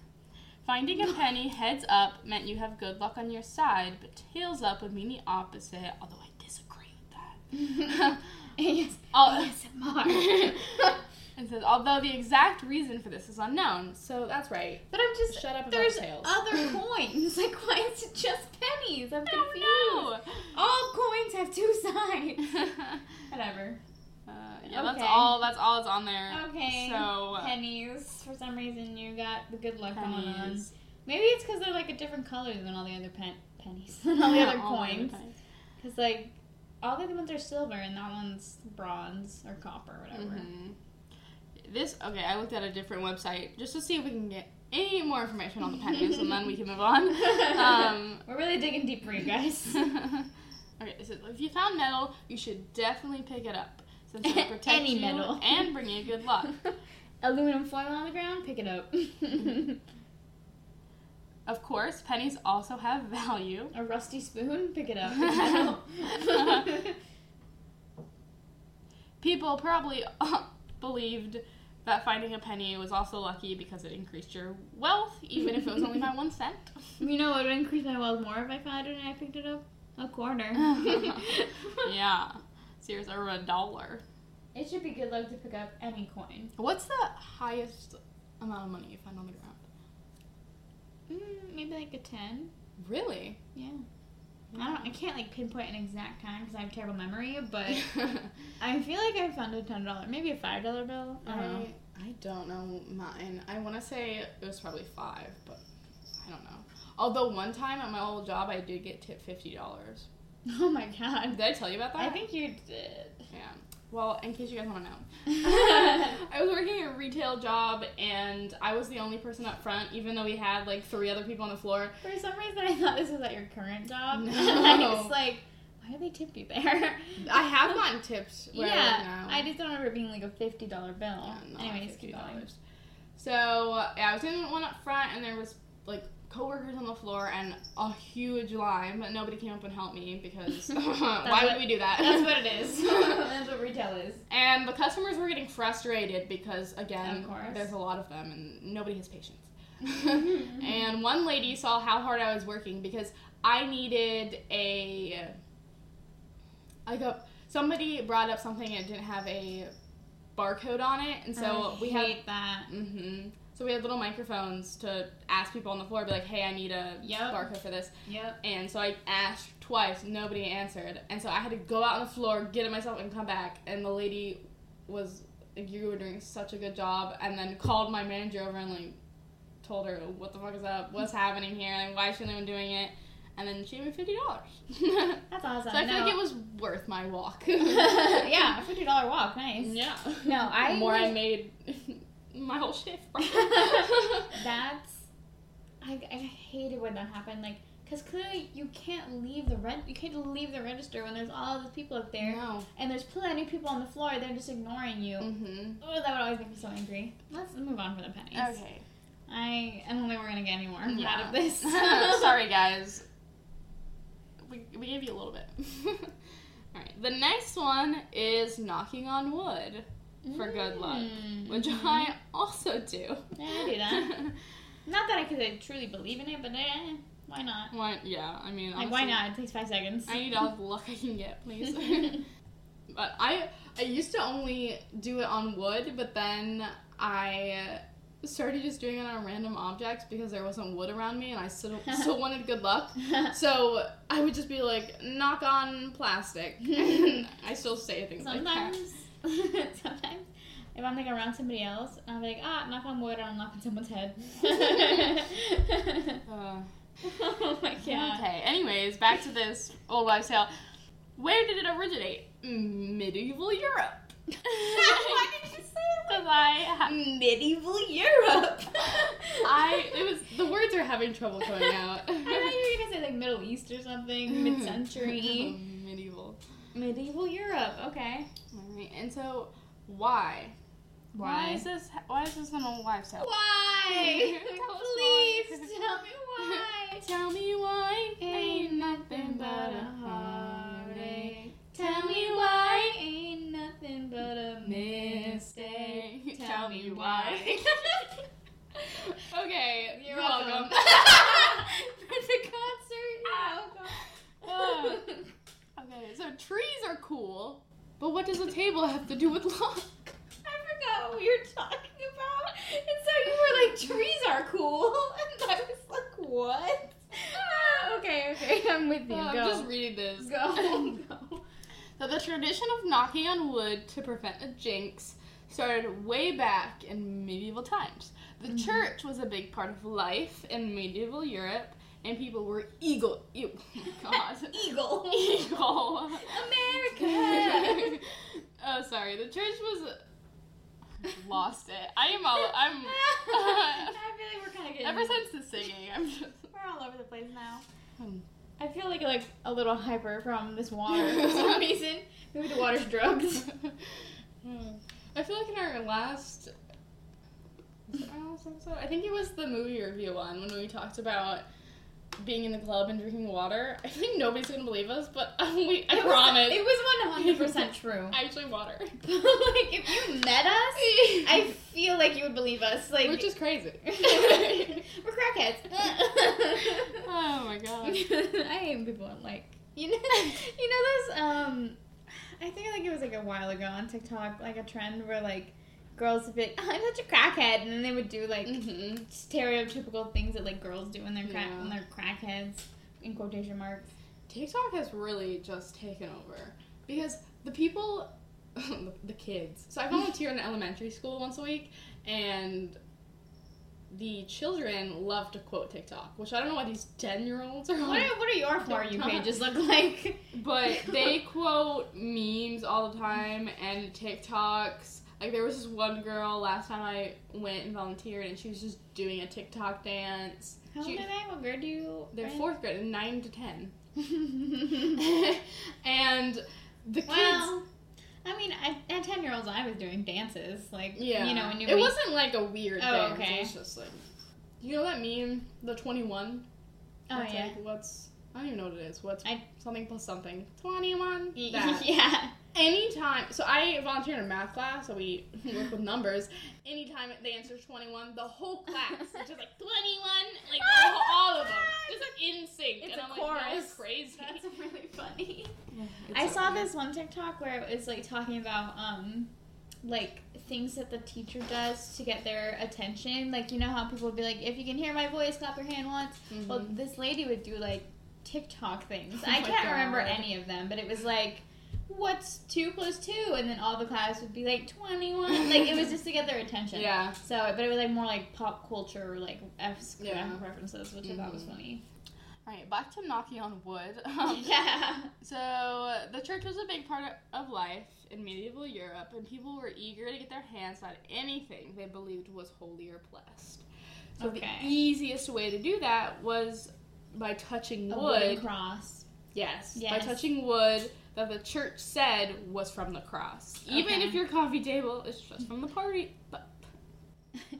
[SPEAKER 1] Finding a penny heads up meant you have good luck on your side, but tails up would mean the opposite, although I disagree with that.
[SPEAKER 2] AS-
[SPEAKER 1] Oh.
[SPEAKER 2] ASMR.
[SPEAKER 1] And says, although the exact reason for this is unknown. So that's right.
[SPEAKER 2] But I'm just
[SPEAKER 1] Shut up about
[SPEAKER 2] there's
[SPEAKER 1] tails.
[SPEAKER 2] other coins. Like why is it just pennies? I'm confused.
[SPEAKER 1] I
[SPEAKER 2] All coins have two sides.
[SPEAKER 1] don't know.
[SPEAKER 2] Whatever.
[SPEAKER 1] uh, yeah, that's
[SPEAKER 2] Okay.
[SPEAKER 1] all. That's all that's on there.
[SPEAKER 2] Okay.
[SPEAKER 1] So uh,
[SPEAKER 2] Pennies. For some reason, you got the good luck going on.
[SPEAKER 1] pennies.
[SPEAKER 2] Maybe it's because they're like a different color than all the other pen- pennies than all the
[SPEAKER 1] Yeah,
[SPEAKER 2] other
[SPEAKER 1] all the
[SPEAKER 2] coins.
[SPEAKER 1] pennies.
[SPEAKER 2] Because like all the other ones are silver and that one's bronze or copper, whatever.
[SPEAKER 1] Mhm. This okay. I looked at a different website just to see if we can get any more information on the pennies, and then we can move on. Um,
[SPEAKER 2] We're really digging deep for you guys.
[SPEAKER 1] okay, so if you found metal, you should definitely pick it up since it will protect
[SPEAKER 2] Any
[SPEAKER 1] you
[SPEAKER 2] metal.
[SPEAKER 1] and bring you good luck.
[SPEAKER 2] Aluminum foil on the ground, pick it up.
[SPEAKER 1] Of course, pennies also have value.
[SPEAKER 2] A rusty spoon, pick it up.
[SPEAKER 1] People probably believed that finding a penny was also lucky because it increased your wealth, even if it was only by one cent.
[SPEAKER 2] you know what would increase my wealth more if I found it and I picked it up? A quarter.
[SPEAKER 1] Yeah, serious or a dollar.
[SPEAKER 2] It should be good luck to pick up any coin.
[SPEAKER 1] What's the highest amount of money you find on the ground?
[SPEAKER 2] Mm, maybe like a ten.
[SPEAKER 1] Really?
[SPEAKER 2] Yeah. I don't. I can't like pinpoint an exact time because I have terrible memory, but I feel like I found a ten dollar, maybe a five dollar bill. I don't know.
[SPEAKER 1] I, I don't know mine. I want to say it was probably five, but I don't know. Although one time at my old job, I did get tipped fifty dollars.
[SPEAKER 2] Oh my god.
[SPEAKER 1] Did I tell you about that?
[SPEAKER 2] I think you did.
[SPEAKER 1] Yeah. Well, in case you guys want to know, I was working a retail job and I was the only person up front, even though we had like three other people on the floor.
[SPEAKER 2] For some reason, I thought this was at your current job.
[SPEAKER 1] No.
[SPEAKER 2] I was like, why do they tip you there?
[SPEAKER 1] I have gotten tipped. Where I work
[SPEAKER 2] yeah,
[SPEAKER 1] now.
[SPEAKER 2] I just don't remember it being like a fifty dollar bill.
[SPEAKER 1] Yeah, not
[SPEAKER 2] Anyways, keep
[SPEAKER 1] $50.
[SPEAKER 2] going.
[SPEAKER 1] So yeah, I was in one up front, and there was like coworkers on the floor and a huge line, but nobody came up and helped me because why
[SPEAKER 2] what-
[SPEAKER 1] would we do that?
[SPEAKER 2] That's what it is. That's what retail is.
[SPEAKER 1] and the customers were getting frustrated because again,
[SPEAKER 2] Of course.
[SPEAKER 1] there's a lot of them, and nobody has patience. and one lady saw how hard I was working because I needed a like a somebody brought up something and it didn't have a barcode on it, and so
[SPEAKER 2] Oh, I
[SPEAKER 1] we had
[SPEAKER 2] hate that.
[SPEAKER 1] hmm So we had little microphones to ask people on the floor, be like, "Hey, I need a
[SPEAKER 2] Yep.
[SPEAKER 1] barcode for this."
[SPEAKER 2] Yep.
[SPEAKER 1] And so I asked twice, nobody answered, and so I had to go out on the floor, get it myself, and come back. And the lady was, like, "You were doing such a good job," and then called my manager over and like told her, "What the fuck is up? What's happening here? And why isn't anyone doing it?" And then she gave me fifty dollars. so
[SPEAKER 2] That's awesome.
[SPEAKER 1] I feel
[SPEAKER 2] No.
[SPEAKER 1] like it was worth my walk.
[SPEAKER 2] yeah, a fifty dollar walk, nice.
[SPEAKER 1] Yeah.
[SPEAKER 2] No, I
[SPEAKER 1] the more I
[SPEAKER 2] was-
[SPEAKER 1] made my whole shift.
[SPEAKER 2] That's I, I hated when that happened. Like, cause clearly you can't leave the rent. You can't leave the register when there's all these people up there,
[SPEAKER 1] No.
[SPEAKER 2] and there's plenty of people on the floor. They're just ignoring you.
[SPEAKER 1] Mm-hmm.
[SPEAKER 2] Oh, that would always make me so angry. Let's move on from the pennies.
[SPEAKER 1] Okay.
[SPEAKER 2] I I don't think we're gonna get any more
[SPEAKER 1] Yeah.
[SPEAKER 2] out of this.
[SPEAKER 1] Sorry, guys. We, we gave you a little bit. All right. The next one is knocking on wood, for good luck, which
[SPEAKER 2] Mhm.
[SPEAKER 1] I also Mm-hmm. do.
[SPEAKER 2] Yeah, I do that. Not that I could I truly believe in it, but eh, why not?
[SPEAKER 1] why, yeah, I mean,
[SPEAKER 2] like, why
[SPEAKER 1] honestly,
[SPEAKER 2] not? It takes five seconds.
[SPEAKER 1] I need all the luck I can get, please. But I I used to only do it on wood, but then I started just doing it on random objects because there wasn't wood around me, and I still still wanted good luck.
[SPEAKER 2] As
[SPEAKER 1] So I would just be like, knock on plastic. I still say things
[SPEAKER 2] sometimes,
[SPEAKER 1] like
[SPEAKER 2] sometimes, if I'm like around somebody else, I'm like, ah, knock on wood, or I'm knocking someone's head. oh
[SPEAKER 1] that. Uh,
[SPEAKER 2] my god.
[SPEAKER 1] Okay. Anyways, back to this old wives' tale. Where did it originate? Medieval Europe.
[SPEAKER 2] Why did you say that?
[SPEAKER 1] Because I, ha-
[SPEAKER 2] Medieval Europe.
[SPEAKER 1] I, it was the words are having trouble coming out.
[SPEAKER 2] I thought you were gonna say like Middle East or
[SPEAKER 1] Mm.
[SPEAKER 2] something, mid-century.
[SPEAKER 1] Oh, medieval.
[SPEAKER 2] Medieval Europe. Okay.
[SPEAKER 1] Alright, and so why? is this? Why is this an old wives' tale?
[SPEAKER 2] Why?
[SPEAKER 1] Tell us
[SPEAKER 2] Please
[SPEAKER 1] why.
[SPEAKER 2] tell me why.
[SPEAKER 1] Tell me why
[SPEAKER 2] Ain't nothing but a heartache. Tell me why ain't nothing but a mistake.
[SPEAKER 1] Tell me why. okay,
[SPEAKER 2] You're welcome.
[SPEAKER 1] Perfect
[SPEAKER 2] Ow.
[SPEAKER 1] Okay, so trees are cool, but what does a table have to do with luck?
[SPEAKER 2] I forgot
[SPEAKER 1] what we were talking about. And so you were like, trees are cool. And I was like, what?
[SPEAKER 2] Ah, okay, okay, I'm with you.
[SPEAKER 1] Oh, I'm
[SPEAKER 2] Go.
[SPEAKER 1] just reading this. Oh,
[SPEAKER 2] Go. Go.
[SPEAKER 1] So the tradition of knocking on wood to prevent a jinx started way back in medieval times. The
[SPEAKER 2] Mhm.
[SPEAKER 1] church was a big part of life in medieval Europe, and people were eagle. Ew, God.
[SPEAKER 2] Eagle.
[SPEAKER 1] eagle.
[SPEAKER 2] America.
[SPEAKER 1] oh, sorry. The church was. Lost it. I am all. I'm.
[SPEAKER 2] I feel like we're kind of getting.
[SPEAKER 1] Ever since the singing, I'm just.
[SPEAKER 2] we're all over the place now.
[SPEAKER 1] Hmm.
[SPEAKER 2] I feel like like a little hyper from this water for some reason. Maybe the water's drugs.
[SPEAKER 1] Hmm. I feel like in our last, was it our last episode, I think it was the movie review one when we talked about being in the club and drinking water. I think nobody's gonna believe us, but we, I
[SPEAKER 2] It was-
[SPEAKER 1] promise,
[SPEAKER 2] It was one hundred percent true.
[SPEAKER 1] actually water,
[SPEAKER 2] like if you met us, I feel like you would believe us. Like
[SPEAKER 1] which is crazy.
[SPEAKER 2] we're crackheads.
[SPEAKER 1] oh my god.
[SPEAKER 2] I hate people on like you know you know those um I think like it was like a while ago on TikTok like a trend where like girls would be like oh, I'm such a crackhead and then they would do like
[SPEAKER 1] hmm
[SPEAKER 2] stereotypical things that like girls do when they're crack
[SPEAKER 1] Yeah.
[SPEAKER 2] when they're crackheads in quotation marks.
[SPEAKER 1] TikTok has really just taken over because the people, the, the kids. So I volunteer in an elementary school once a week, and the children love to quote TikTok, which I don't know why these ten year olds are
[SPEAKER 2] What
[SPEAKER 1] on,
[SPEAKER 2] are, what are your for you pages look like?
[SPEAKER 1] but they quote memes all the time and TikToks. Like there was this one girl last time I went and volunteered, and she was just doing a TikTok dance.
[SPEAKER 2] How old
[SPEAKER 1] She-
[SPEAKER 2] are they? What grade do you?
[SPEAKER 1] They're
[SPEAKER 2] right?
[SPEAKER 1] fourth grade, nine to ten,
[SPEAKER 2] well,
[SPEAKER 1] and the kids.
[SPEAKER 2] I mean, I, at ten year olds, I was doing dances like
[SPEAKER 1] Yeah.
[SPEAKER 2] you know when you
[SPEAKER 1] It wasn't like a weird
[SPEAKER 2] Oh,
[SPEAKER 1] thing.
[SPEAKER 2] okay.
[SPEAKER 1] It was just like you know that meme, the twenty one?
[SPEAKER 2] oh
[SPEAKER 1] it's
[SPEAKER 2] yeah
[SPEAKER 1] Like, what's I don't even know what it is. What's
[SPEAKER 2] I-
[SPEAKER 1] something plus something. Twenty one.
[SPEAKER 2] yeah
[SPEAKER 1] Anytime so I volunteered in math class, so we work with numbers. Anytime they answer twenty one, the whole class is just like twenty one, like all, all of them. Just like in sync.
[SPEAKER 2] Oh It's
[SPEAKER 1] and
[SPEAKER 2] a
[SPEAKER 1] I'm like, that was
[SPEAKER 2] chorus.
[SPEAKER 1] crazy.
[SPEAKER 2] that's really funny.
[SPEAKER 1] It's
[SPEAKER 2] I
[SPEAKER 1] so
[SPEAKER 2] saw
[SPEAKER 1] weird.
[SPEAKER 2] this one TikTok where it was like talking about um like things that the teacher does to get their attention. Like you know how people would be like, if you can hear my voice, clap your hand once.
[SPEAKER 1] Mhm.
[SPEAKER 2] Well, this lady would do like TikTok things.
[SPEAKER 1] Oh
[SPEAKER 2] I
[SPEAKER 1] my
[SPEAKER 2] can't remember
[SPEAKER 1] God.
[SPEAKER 2] any of them, but it was like, what's two plus two? And then all the class would be like twenty one. like it was just to get their attention.
[SPEAKER 1] Yeah.
[SPEAKER 2] So, but it was like more like pop culture, like F
[SPEAKER 1] Yeah.
[SPEAKER 2] references, which I thought was
[SPEAKER 1] Mhm.
[SPEAKER 2] funny.
[SPEAKER 1] Alright, back to knocking on wood. Um,
[SPEAKER 2] yeah.
[SPEAKER 1] So uh, the church was a big part of life in medieval Europe, and people were eager to get their hands on anything they believed was holy or blessed. So
[SPEAKER 2] Okay.
[SPEAKER 1] the easiest way to do that was by touching
[SPEAKER 2] A
[SPEAKER 1] wood.
[SPEAKER 2] wooden cross.
[SPEAKER 1] yes, by
[SPEAKER 2] Yes.
[SPEAKER 1] touching wood that the church said was from the cross. Even
[SPEAKER 2] Okay.
[SPEAKER 1] if your coffee table is just from the party, but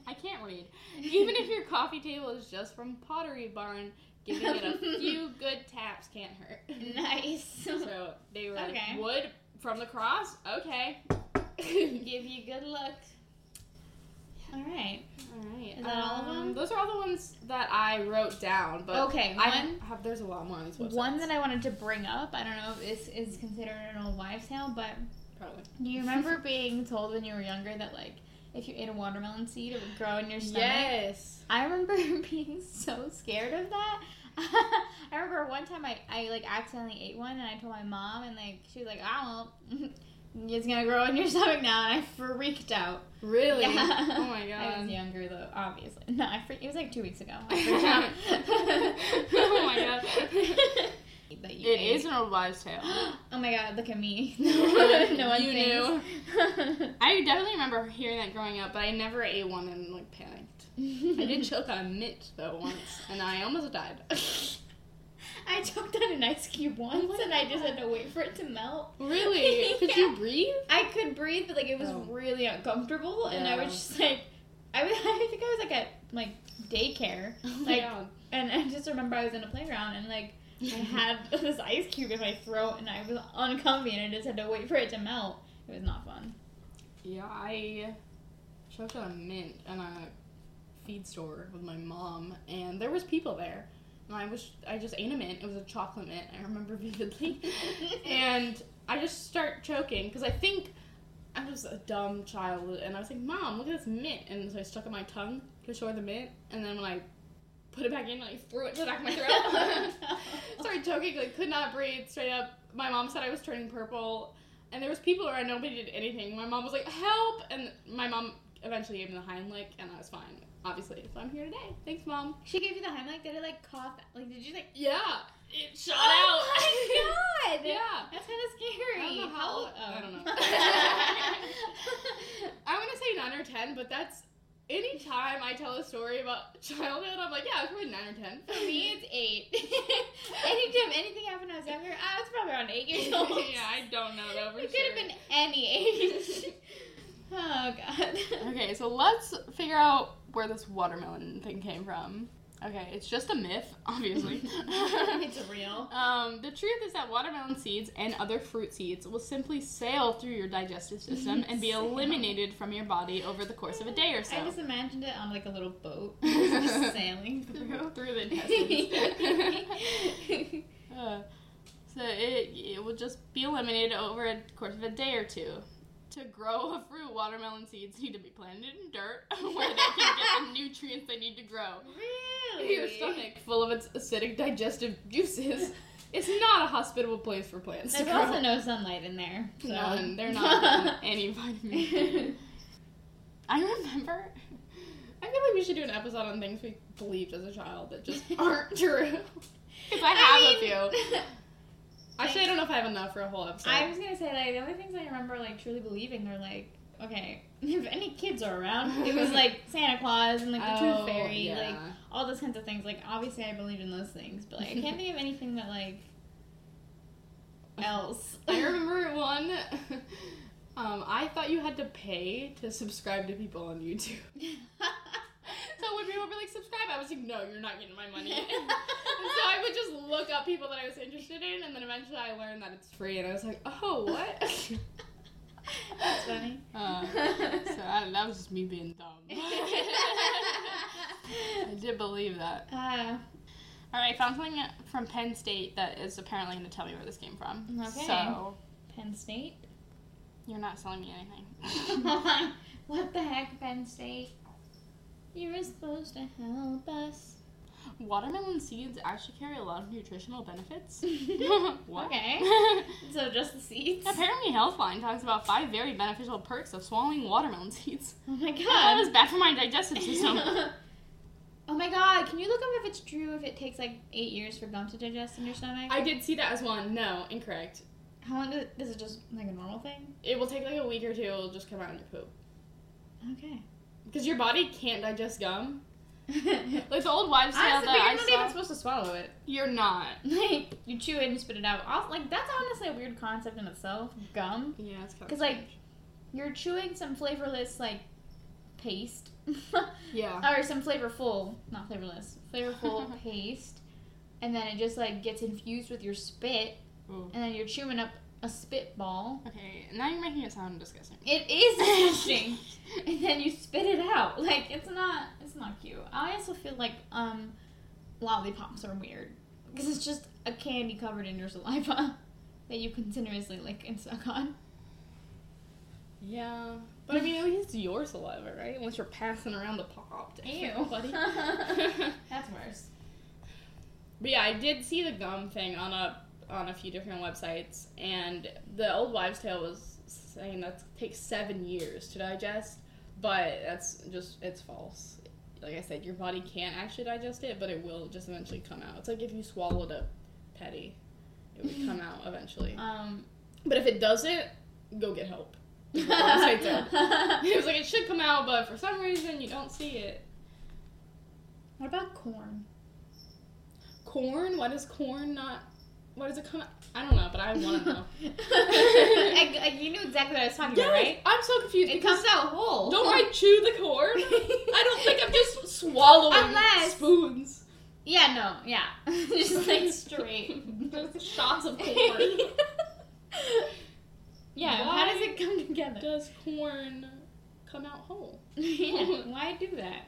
[SPEAKER 1] I can't read. Even if your coffee table is just from Pottery Barn, giving it a few good taps can't hurt.
[SPEAKER 2] nice.
[SPEAKER 1] So they were
[SPEAKER 2] Okay.
[SPEAKER 1] like, wood from the cross? Okay.
[SPEAKER 2] Give you good luck. All right.
[SPEAKER 1] Alright.
[SPEAKER 2] Is that all of them?
[SPEAKER 1] um, Those are all the ones that I wrote down, but
[SPEAKER 2] okay.
[SPEAKER 1] I
[SPEAKER 2] One.
[SPEAKER 1] have there's a lot more on these websites.
[SPEAKER 2] One that I wanted to bring up. I don't know if this is considered an old wives' tale, but
[SPEAKER 1] probably.
[SPEAKER 2] do you remember being told when you were younger that like if you ate a watermelon seed, it would grow in your stomach?
[SPEAKER 1] Yes.
[SPEAKER 2] I remember being so scared of that. I remember one time I, I like accidentally ate one and I told my mom and like she was like, I won't. It's gonna grow in your stomach now, and I freaked out.
[SPEAKER 1] Really?
[SPEAKER 2] Yeah.
[SPEAKER 1] Oh my
[SPEAKER 2] I was
[SPEAKER 1] god.
[SPEAKER 2] younger though, obviously. No, I freaked. It was like two weeks ago. I freaked out.
[SPEAKER 1] Oh my God.
[SPEAKER 2] That you
[SPEAKER 1] It
[SPEAKER 2] ate.
[SPEAKER 1] is an old wives' tale.
[SPEAKER 2] Oh my god! Look at me.
[SPEAKER 1] You
[SPEAKER 2] no one
[SPEAKER 1] knew.
[SPEAKER 2] thinks.
[SPEAKER 1] I definitely remember hearing that growing up, but I never ate one and like panicked. I did choke on a mint though once, and I almost died.
[SPEAKER 2] I choked on an ice cube once,
[SPEAKER 1] my
[SPEAKER 2] and I just had to wait for it to melt.
[SPEAKER 1] really? Could you breathe?
[SPEAKER 2] I could breathe, but like it was
[SPEAKER 1] Oh.
[SPEAKER 2] really uncomfortable, and I
[SPEAKER 1] Yeah.
[SPEAKER 2] was just like, I was, I think I was like at like daycare, Like, and I just remember I was in a playground, and like I had this ice cube in my throat, and I was uncomfy, and I just had to wait for it to melt. It was not fun.
[SPEAKER 1] Yeah, I choked on a mint in a feed store with my mom, and there was people there. And I was I just ate a mint. It was a chocolate mint. I remember vividly, and I just start choking because I think I was a dumb child, and I was like, "Mom, look at this mint!" And so I stuck it in my tongue to show her the mint, and then when I put it back in, I threw it to the back of my throat. Started choking, like could not breathe straight up. My mom said I was turning purple, and there was people around. Nobody did anything. My mom was like, "Help!" And my mom eventually gave me the Heimlich, and I was fine. Obviously, so I'm here today. Thanks, mom.
[SPEAKER 2] She gave you the Heimlich. Did it like cough? Like did you like?
[SPEAKER 1] Yeah, it shot
[SPEAKER 2] Oh my
[SPEAKER 1] out.
[SPEAKER 2] god!
[SPEAKER 1] yeah.
[SPEAKER 2] that's kind of scary.
[SPEAKER 1] I don't know how old-
[SPEAKER 2] oh.
[SPEAKER 1] I don't know.
[SPEAKER 2] um,
[SPEAKER 1] I want to say nine or ten, but that's any time I tell a story about childhood, I'm like, yeah, I was probably nine or ten.
[SPEAKER 2] For me, it's eight. Anytime anything happened when I was younger, I was probably around eight years old.
[SPEAKER 1] yeah, I don't know that for
[SPEAKER 2] It could
[SPEAKER 1] sure.
[SPEAKER 2] have been any age. oh god.
[SPEAKER 1] Okay, so let's figure out where this watermelon thing came from. Okay, it's just a myth, obviously.
[SPEAKER 2] it's real.
[SPEAKER 1] Um, the truth is that watermelon seeds and other fruit seeds will simply sail through your digestive system and be
[SPEAKER 2] Sail.
[SPEAKER 1] eliminated from your body over the course of a day or so.
[SPEAKER 2] I just imagined it on like a little boat, just sailing
[SPEAKER 1] through
[SPEAKER 2] through.
[SPEAKER 1] the intestines.
[SPEAKER 2] That's
[SPEAKER 1] Uh, so it it will just be eliminated over a course of a day or two. To grow a fruit, watermelon seeds need to be planted in dirt where they can get the nutrients they need to grow.
[SPEAKER 2] really
[SPEAKER 1] Your stomach, full of its acidic digestive juices, is not a hospitable place for plants to
[SPEAKER 2] There's
[SPEAKER 1] grow.
[SPEAKER 2] also no sunlight in there. So.
[SPEAKER 1] None. They're not getting any vitamin D. I remember. I feel like we should do an episode on things we believed as a child that just aren't true. Because I have
[SPEAKER 2] I
[SPEAKER 1] a few.
[SPEAKER 2] mean-
[SPEAKER 1] Actually, I don't know if I have enough for a whole episode.
[SPEAKER 2] I was gonna say like the only things I remember like truly believing are like okay if any kids are around it was like Santa Claus and like the
[SPEAKER 1] Oh,
[SPEAKER 2] Tooth Fairy
[SPEAKER 1] yeah.
[SPEAKER 2] like all those kinds of things like obviously I believed in those things but like I can't think of anything that like else
[SPEAKER 1] I remember one. Um, I thought you had to pay to subscribe to people on YouTube. So when people were like, subscribe, I was like, no, you're not getting my money. and so I would just look up people that I was interested in, and then eventually I learned that it's free, and I was like, oh, what?
[SPEAKER 2] That's funny.
[SPEAKER 1] Uh, so I don't, that was just me being dumb. I did believe that.
[SPEAKER 2] Ah,
[SPEAKER 1] All right, I found something from Penn State that is apparently going to tell me where this came from.
[SPEAKER 2] Okay.
[SPEAKER 1] So
[SPEAKER 2] Penn State.
[SPEAKER 1] you're not selling me anything.
[SPEAKER 2] what the heck, Penn State? You were supposed to help us.
[SPEAKER 1] Watermelon seeds actually carry a lot of nutritional benefits. what?
[SPEAKER 2] Okay. So just the seeds. Oh
[SPEAKER 1] Apparently, Healthline talks about five very beneficial perks of swallowing watermelon seeds.
[SPEAKER 2] Oh my
[SPEAKER 1] That was
[SPEAKER 2] god.
[SPEAKER 1] bad for my digestive system.
[SPEAKER 2] oh my god. Can you look up if it's true if it takes like eight years for gum to digest in your stomach?
[SPEAKER 1] I did see that as one. No, incorrect.
[SPEAKER 2] How long does it, is it just like a normal thing?
[SPEAKER 1] It will take like a week or two. It'll just come out in your poop
[SPEAKER 2] Okay.
[SPEAKER 1] because your body can't digest gum. Like the old wives' tale
[SPEAKER 2] Honestly, but
[SPEAKER 1] that I
[SPEAKER 2] you're not
[SPEAKER 1] saw.
[SPEAKER 2] even supposed to swallow it.
[SPEAKER 1] You're not.
[SPEAKER 2] Like you chew it and spit it out. Al- Like that's honestly a weird concept in itself. Gum.
[SPEAKER 1] Yeah, it's kind
[SPEAKER 2] Because, like, you're chewing some flavorless, like, paste.
[SPEAKER 1] yeah.
[SPEAKER 2] or some flavorful, not flavorless, flavorful paste. And then it just, like, gets infused with your spit.
[SPEAKER 1] Ooh.
[SPEAKER 2] And then you're chewing up a spitball.
[SPEAKER 1] Okay, now you're making it sound disgusting.
[SPEAKER 2] It is disgusting. and then you spit it out. Like, it's not, it's not cute. I also feel like, um, lollipops are weird. Because it's just a candy covered in your saliva that you continuously lick and suck on.
[SPEAKER 1] Yeah, but I mean, at least it's your saliva, right? Once you're passing around the pop to everybody.
[SPEAKER 2] That's worse.
[SPEAKER 1] But yeah, I did see the gum thing on a on a few different websites, and the old wives' tale was saying that takes seven years to digest, but that's just it's false. Like I said, your body can't actually digest it, but it will just eventually come out. It's like if you swallowed a petty, it would come out eventually.
[SPEAKER 2] Um,
[SPEAKER 1] But if it doesn't, go get help. He
[SPEAKER 2] what
[SPEAKER 1] was like, it should come out, but for some reason you don't see it.
[SPEAKER 2] about corn?
[SPEAKER 1] Corn? Why does corn not? Why does it come? out? I don't know, but I want to know.
[SPEAKER 2] I, I- you knew exactly what I was talking
[SPEAKER 1] Yeah,
[SPEAKER 2] about, right?
[SPEAKER 1] I'm so confused.
[SPEAKER 2] It
[SPEAKER 1] because
[SPEAKER 2] comes out whole.
[SPEAKER 1] don't I chew the corn? I don't think I'm just swallowing
[SPEAKER 2] Unless-
[SPEAKER 1] spoons.
[SPEAKER 2] Yeah, no, yeah, just like straight.
[SPEAKER 1] Just shots of corn.
[SPEAKER 2] yeah. How does it come together?
[SPEAKER 1] does corn come out whole?
[SPEAKER 2] Yeah, why do that?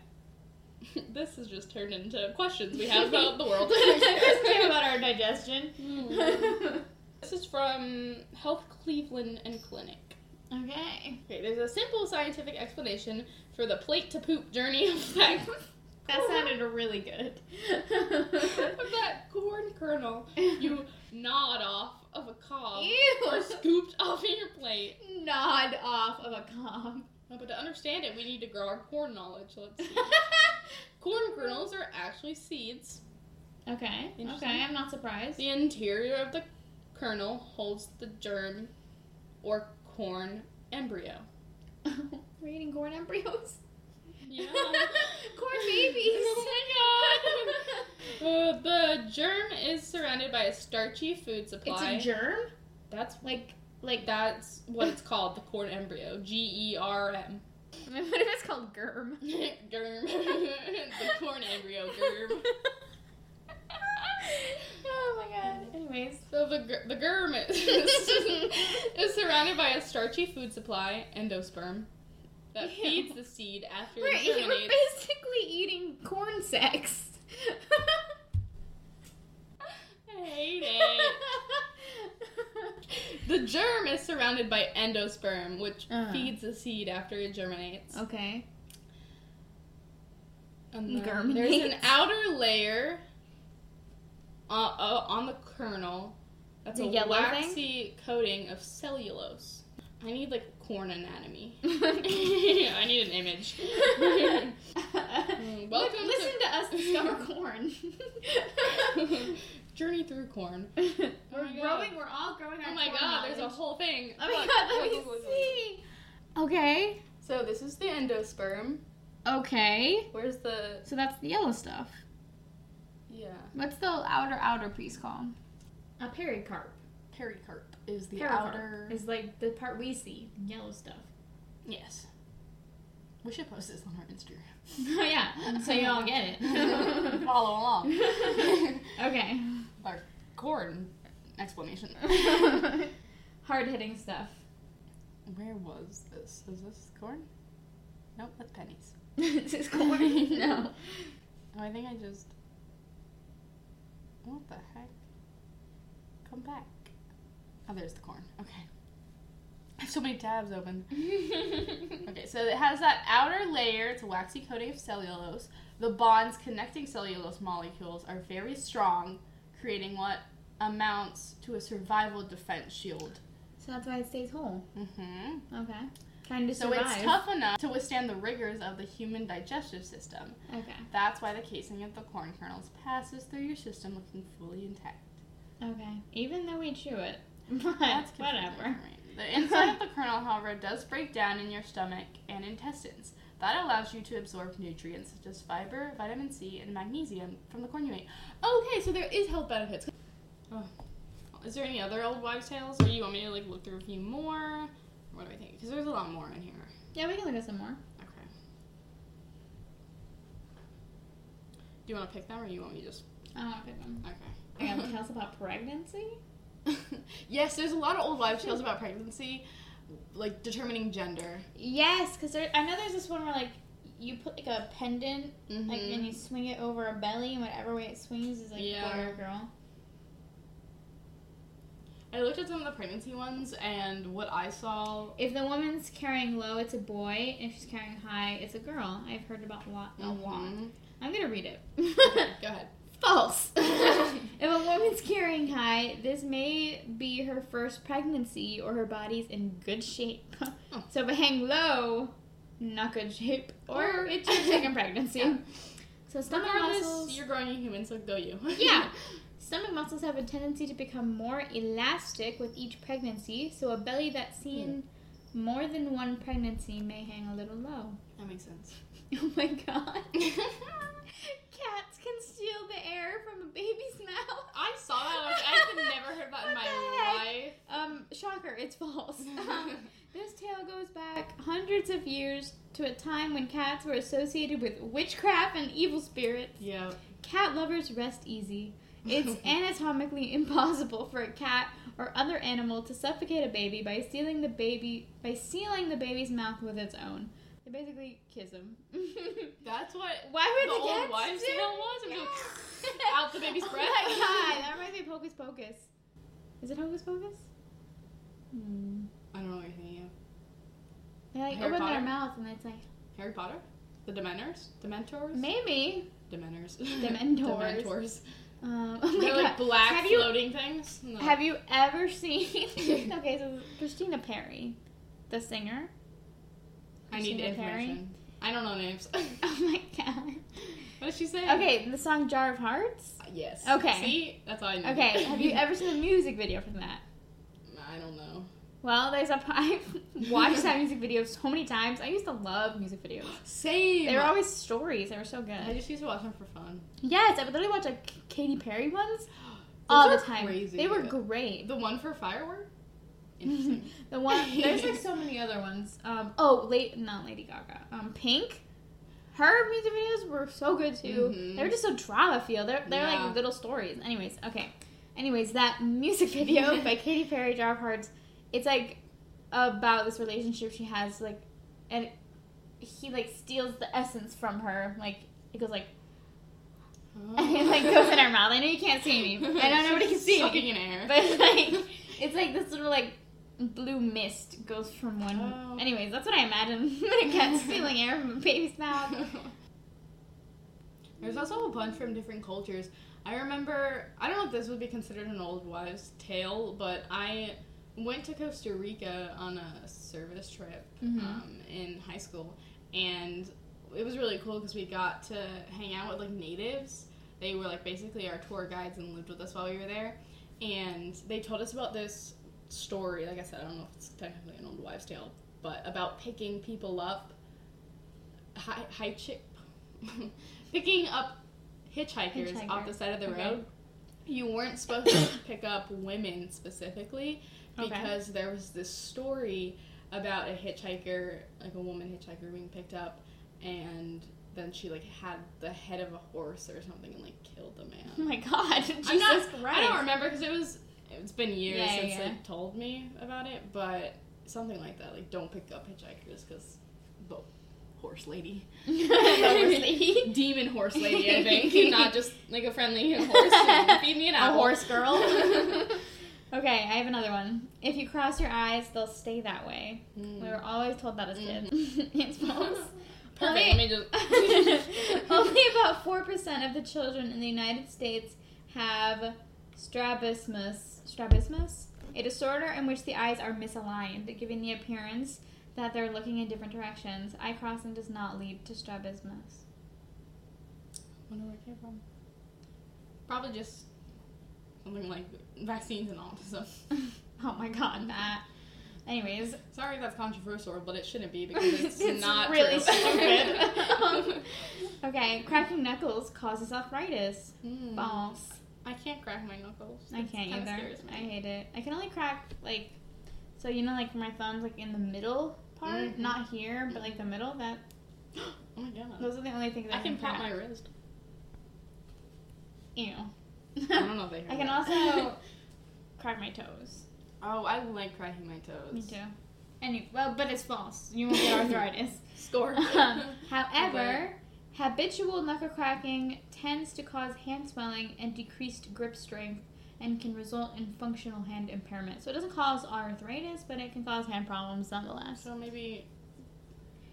[SPEAKER 1] this has just turned into questions we have about the world.
[SPEAKER 2] Just kidding about our digestion.
[SPEAKER 1] this is from Health Cleveland and Clinic.
[SPEAKER 2] Okay.
[SPEAKER 1] Okay, there's a simple scientific explanation for the plate to poop journey of that,
[SPEAKER 2] That sounded really good.
[SPEAKER 1] of that corn kernel you gnawed off of a cob or
[SPEAKER 2] Ew.
[SPEAKER 1] scooped off of your plate.
[SPEAKER 2] Nod off of a cob.
[SPEAKER 1] No, but to understand it, we need to grow our corn knowledge. Let's see. corn kernels are actually seeds.
[SPEAKER 2] okay.
[SPEAKER 1] Interesting.
[SPEAKER 2] Okay, I'm not surprised.
[SPEAKER 1] The interior of the kernel holds the germ or corn embryo.
[SPEAKER 2] We're eating corn embryos.
[SPEAKER 1] Yeah.
[SPEAKER 2] corn babies.
[SPEAKER 1] Oh my god. Uh, the germ is surrounded by a starchy food
[SPEAKER 2] it's
[SPEAKER 1] supply.
[SPEAKER 2] a germ?
[SPEAKER 1] That's
[SPEAKER 2] Like, like that.
[SPEAKER 1] that's what it's called, the corn embryo. G E R M.
[SPEAKER 2] I mean, what if it's called germ?
[SPEAKER 1] Germ. the corn embryo germ.
[SPEAKER 2] oh my god. Anyways.
[SPEAKER 1] So the ger- the germ is, is surrounded by a starchy food supply, endosperm, that
[SPEAKER 2] Ew.
[SPEAKER 1] feeds the seed after
[SPEAKER 2] We're,
[SPEAKER 1] it
[SPEAKER 2] eat- we're
[SPEAKER 1] germinates.
[SPEAKER 2] basically eating corn sex.
[SPEAKER 1] I hate it. The germ is surrounded by endosperm, which
[SPEAKER 2] Uh-huh.
[SPEAKER 1] feeds the seed after it germinates.
[SPEAKER 2] okay.
[SPEAKER 1] And then
[SPEAKER 2] Germinates.
[SPEAKER 1] there's an outer layer uh, uh, on the kernel that's
[SPEAKER 2] The
[SPEAKER 1] a
[SPEAKER 2] yellow thing?
[SPEAKER 1] waxy coating of cellulose. I need like corn anatomy. I
[SPEAKER 2] Welcome
[SPEAKER 1] need an image. welcome to-
[SPEAKER 2] Listen to, us discover corn.
[SPEAKER 1] Journey through corn.
[SPEAKER 2] we're
[SPEAKER 1] Oh my God.
[SPEAKER 2] growing. We're all growing. Our
[SPEAKER 1] Oh my
[SPEAKER 2] corn
[SPEAKER 1] god, there's a
[SPEAKER 2] knowledge.
[SPEAKER 1] whole thing.
[SPEAKER 2] Oh my
[SPEAKER 1] Look,
[SPEAKER 2] god,
[SPEAKER 1] look,
[SPEAKER 2] let me
[SPEAKER 1] look, look, look.
[SPEAKER 2] see. Okay.
[SPEAKER 1] So this is the endosperm.
[SPEAKER 2] Okay.
[SPEAKER 1] Where's the
[SPEAKER 2] So that's the yellow stuff.
[SPEAKER 1] yeah
[SPEAKER 2] What's the outer outer piece called? A pericarp.
[SPEAKER 1] pericarp? Is the
[SPEAKER 2] Pericarp
[SPEAKER 1] outer?
[SPEAKER 2] is like the part we see, yellow stuff.
[SPEAKER 1] yes. We should post this on our Instagram.
[SPEAKER 2] oh yeah. So you all get it.
[SPEAKER 1] Follow along.
[SPEAKER 2] okay.
[SPEAKER 1] Our corn explanation.
[SPEAKER 2] Hard hitting stuff.
[SPEAKER 1] Where was this? Is this corn? Nope, that's pennies.
[SPEAKER 2] this is corn. no.
[SPEAKER 1] Oh, I think I just. What the heck? Come back. Oh, there's the corn. Okay. I have so many tabs open. Okay, so it has that outer layer, it's a waxy coating of cellulose. The bonds connecting cellulose molecules are very strong, creating what amounts to a survival defense shield.
[SPEAKER 2] so that's why it stays whole.
[SPEAKER 1] hmm
[SPEAKER 2] Okay. Trying to
[SPEAKER 1] So
[SPEAKER 2] survive.
[SPEAKER 1] it's tough enough to withstand the rigors of the human digestive system.
[SPEAKER 2] Okay.
[SPEAKER 1] That's why the casing of the corn kernels passes through your system looking fully intact.
[SPEAKER 2] Okay. Even though we chew it. But
[SPEAKER 1] That's confusing
[SPEAKER 2] whatever.
[SPEAKER 1] for me. The inside of the kernel, however, does break down in your stomach and intestines. That allows you to absorb nutrients such as fiber, vitamin C, and magnesium from the corn you ate. Okay, so there is health benefits. Oh. Is there any other old wives' tales, or you want me to like look through a few more? What do I think? Because there's a lot more in here.
[SPEAKER 2] Yeah, we can look at some more.
[SPEAKER 1] Okay. Do you want to pick them, or you want me to just
[SPEAKER 2] I don't want to pick them.
[SPEAKER 1] okay?
[SPEAKER 2] Okay, tell us about pregnancy.
[SPEAKER 1] yes, there's a lot of old wives' tales about pregnancy, like determining gender.
[SPEAKER 2] Yes, because there, I know there's this one where like you put like a pendant like
[SPEAKER 1] Mm-hmm.
[SPEAKER 2] and you swing it over a belly and whatever way it swings is like
[SPEAKER 1] Yeah.
[SPEAKER 2] boy or girl.
[SPEAKER 1] I looked at some of the pregnancy ones, and what I saw.
[SPEAKER 2] If the woman's carrying low, it's a boy. and If she's carrying high, it's a girl. I've heard about a lot. A lot.
[SPEAKER 1] Mhm.
[SPEAKER 2] I'm gonna read it.
[SPEAKER 1] Go ahead.
[SPEAKER 2] False. if a woman's carrying high, this may be her first pregnancy or her body's in good shape.
[SPEAKER 1] Oh.
[SPEAKER 2] So if I hang low, not good shape, or
[SPEAKER 1] Or-
[SPEAKER 2] it's your second pregnancy.
[SPEAKER 1] Yeah.
[SPEAKER 2] So stomach
[SPEAKER 1] Regardless,
[SPEAKER 2] muscles.
[SPEAKER 1] you're growing a human, so go you.
[SPEAKER 2] Yeah. Stomach muscles have a tendency to become more elastic with each pregnancy, so a belly
[SPEAKER 1] Hmm.
[SPEAKER 2] that's seen more than one pregnancy may hang a little low.
[SPEAKER 1] that makes sense.
[SPEAKER 2] Oh my god. Cats can steal the air from a baby's mouth.
[SPEAKER 1] I saw that. I was- I've never heard that
[SPEAKER 2] What the
[SPEAKER 1] in my
[SPEAKER 2] heck?
[SPEAKER 1] life.
[SPEAKER 2] Um, shocker, it's false. Um, this tale goes back hundreds of years to a time when cats were associated with witchcraft and evil spirits.
[SPEAKER 1] Yeah.
[SPEAKER 2] Cat lovers rest easy. It's anatomically impossible for a cat or other animal to suffocate a baby by sealing the baby by sealing the baby's mouth with its own. They basically kiss him.
[SPEAKER 1] That's what
[SPEAKER 2] Why
[SPEAKER 1] the
[SPEAKER 2] would the,
[SPEAKER 1] old
[SPEAKER 2] cats
[SPEAKER 1] wives'
[SPEAKER 2] do?
[SPEAKER 1] tale was. It was
[SPEAKER 2] Yeah.
[SPEAKER 1] out the baby's
[SPEAKER 2] oh
[SPEAKER 1] breath.
[SPEAKER 2] my god, that reminds me of Hocus Pocus. Is it Hocus Pocus? Hmm.
[SPEAKER 1] Hmm. I don't know what you're thinking
[SPEAKER 2] They like
[SPEAKER 1] Harry
[SPEAKER 2] open
[SPEAKER 1] Potter?
[SPEAKER 2] their mouth and it's like
[SPEAKER 1] Harry Potter? The Dementors? Dementors?
[SPEAKER 2] maybe.
[SPEAKER 1] Dementors.
[SPEAKER 2] Dementors.
[SPEAKER 1] Dementors.
[SPEAKER 2] Um, oh my
[SPEAKER 1] They're like
[SPEAKER 2] God.
[SPEAKER 1] black
[SPEAKER 2] Have you
[SPEAKER 1] floating things. No.
[SPEAKER 2] have you ever seen? okay, so Christina Perry, the singer.
[SPEAKER 1] I need
[SPEAKER 2] Christina Perry?
[SPEAKER 1] information. I don't know names.
[SPEAKER 2] Oh my god.
[SPEAKER 1] what did she say?
[SPEAKER 2] Okay, the song Jar of Hearts.
[SPEAKER 1] Yes.
[SPEAKER 2] Okay.
[SPEAKER 1] See, that's all I know.
[SPEAKER 2] Okay, have you ever seen the music video from that?
[SPEAKER 1] I don't know.
[SPEAKER 2] Well, there's a. I've watched that music video so many times. I used to love music videos.
[SPEAKER 1] Same.
[SPEAKER 2] They were always stories. They were so
[SPEAKER 1] I
[SPEAKER 2] good.
[SPEAKER 1] just used to watch them for fun.
[SPEAKER 2] Yes, I would literally watch like K- Katy Perry ones
[SPEAKER 1] Those
[SPEAKER 2] all
[SPEAKER 1] are
[SPEAKER 2] the time.
[SPEAKER 1] crazy.
[SPEAKER 2] They were great.
[SPEAKER 1] The one for firework.
[SPEAKER 2] The
[SPEAKER 1] Interesting.
[SPEAKER 2] one there's like so many other ones. Um, oh, late not Lady Gaga. Um, Pink. Her music videos were so good too.
[SPEAKER 1] Mhm.
[SPEAKER 2] They were just so drama feel. They're they're
[SPEAKER 1] Yeah.
[SPEAKER 2] like little stories. Anyways, okay. Anyways, that music video by Katy Perry, Jar of Hearts. It's like about this relationship she has like and he like steals the essence from her like it goes like and it like goes in her mouth i know you can't see me i know nobody can see me
[SPEAKER 1] Sucking in air.
[SPEAKER 2] but like it's like this little like blue mist goes from one
[SPEAKER 1] Oh.
[SPEAKER 2] anyways that's what i imagine when a cat's stealing air from a baby's mouth
[SPEAKER 1] There's also a bunch from different cultures. I remember, I don't know if this would be considered an old wives' tale, but I went to Costa Rica on a service trip
[SPEAKER 2] Mhm.
[SPEAKER 1] um, in high school, and it was really cool because we got to hang out with like natives. They were like basically our tour guides and lived with us while we were there, and they told us about this story. Like I said, I don't know if it's technically an old wives' tale, but about picking people up, high, high chip, picking up hitchhikers off the
[SPEAKER 2] Hitchhikers.
[SPEAKER 1] side of the
[SPEAKER 2] Okay.
[SPEAKER 1] road. You weren't supposed to pick up women specifically
[SPEAKER 2] Okay.
[SPEAKER 1] because there was this story about a hitchhiker, like a woman hitchhiker being picked up, and then she like had the head of a horse or something and like killed the man.
[SPEAKER 2] oh my god jesus
[SPEAKER 1] I'm not,
[SPEAKER 2] christ
[SPEAKER 1] I don't remember because it was it's been years
[SPEAKER 2] Yeah,
[SPEAKER 1] since
[SPEAKER 2] yeah.
[SPEAKER 1] they told me about it, but something like that. Like don't pick up hitchhikers because the horse lady,
[SPEAKER 2] Obviously.
[SPEAKER 1] demon horse lady, I think, not just like a friendly horse. Feed me an
[SPEAKER 2] a
[SPEAKER 1] apple.
[SPEAKER 2] horse girl okay i have another one if you cross your eyes they'll stay that way
[SPEAKER 1] Mm.
[SPEAKER 2] we were always told that as kids
[SPEAKER 1] Mm-hmm.
[SPEAKER 2] it's false
[SPEAKER 1] Perfect. Let me just.
[SPEAKER 2] Only about 4% of the children in the United States have strabismus. Strabismus? A disorder in which the eyes are misaligned, giving the appearance that they're looking in different directions. Eye crossing does not lead to strabismus.
[SPEAKER 1] Wonder where it came from. Probably just something like vaccines and autism.
[SPEAKER 2] oh my god, Matt. Anyways,
[SPEAKER 1] Sorry if that's controversial, but it shouldn't be because it's,
[SPEAKER 2] It's
[SPEAKER 1] not
[SPEAKER 2] really
[SPEAKER 1] true.
[SPEAKER 2] stupid. Um, okay, cracking knuckles causes arthritis.
[SPEAKER 1] Hmm.
[SPEAKER 2] False.
[SPEAKER 1] I can't crack my knuckles.
[SPEAKER 2] I
[SPEAKER 1] It's
[SPEAKER 2] can't
[SPEAKER 1] kinda
[SPEAKER 2] either.
[SPEAKER 1] scares me.
[SPEAKER 2] I hate it. I can only crack like, so you know, like my thumbs like in the middle part,
[SPEAKER 1] Mhm.
[SPEAKER 2] not here, but like the middle. That
[SPEAKER 1] Oh my god.
[SPEAKER 2] those are the only things I,
[SPEAKER 1] I can pop
[SPEAKER 2] crack.
[SPEAKER 1] my wrist.
[SPEAKER 2] Ew.
[SPEAKER 1] I don't know if they heard
[SPEAKER 2] I can
[SPEAKER 1] that.
[SPEAKER 2] also crack my toes.
[SPEAKER 1] oh, I like cracking my toes.
[SPEAKER 2] Me too. Any well, but it's false. You won't get arthritis.
[SPEAKER 1] Score.
[SPEAKER 2] Um, however, habitual knuckle cracking tends to cause hand swelling and decreased grip strength and can result in functional hand impairment. So it doesn't cause arthritis, but it can cause hand problems nonetheless.
[SPEAKER 1] so maybe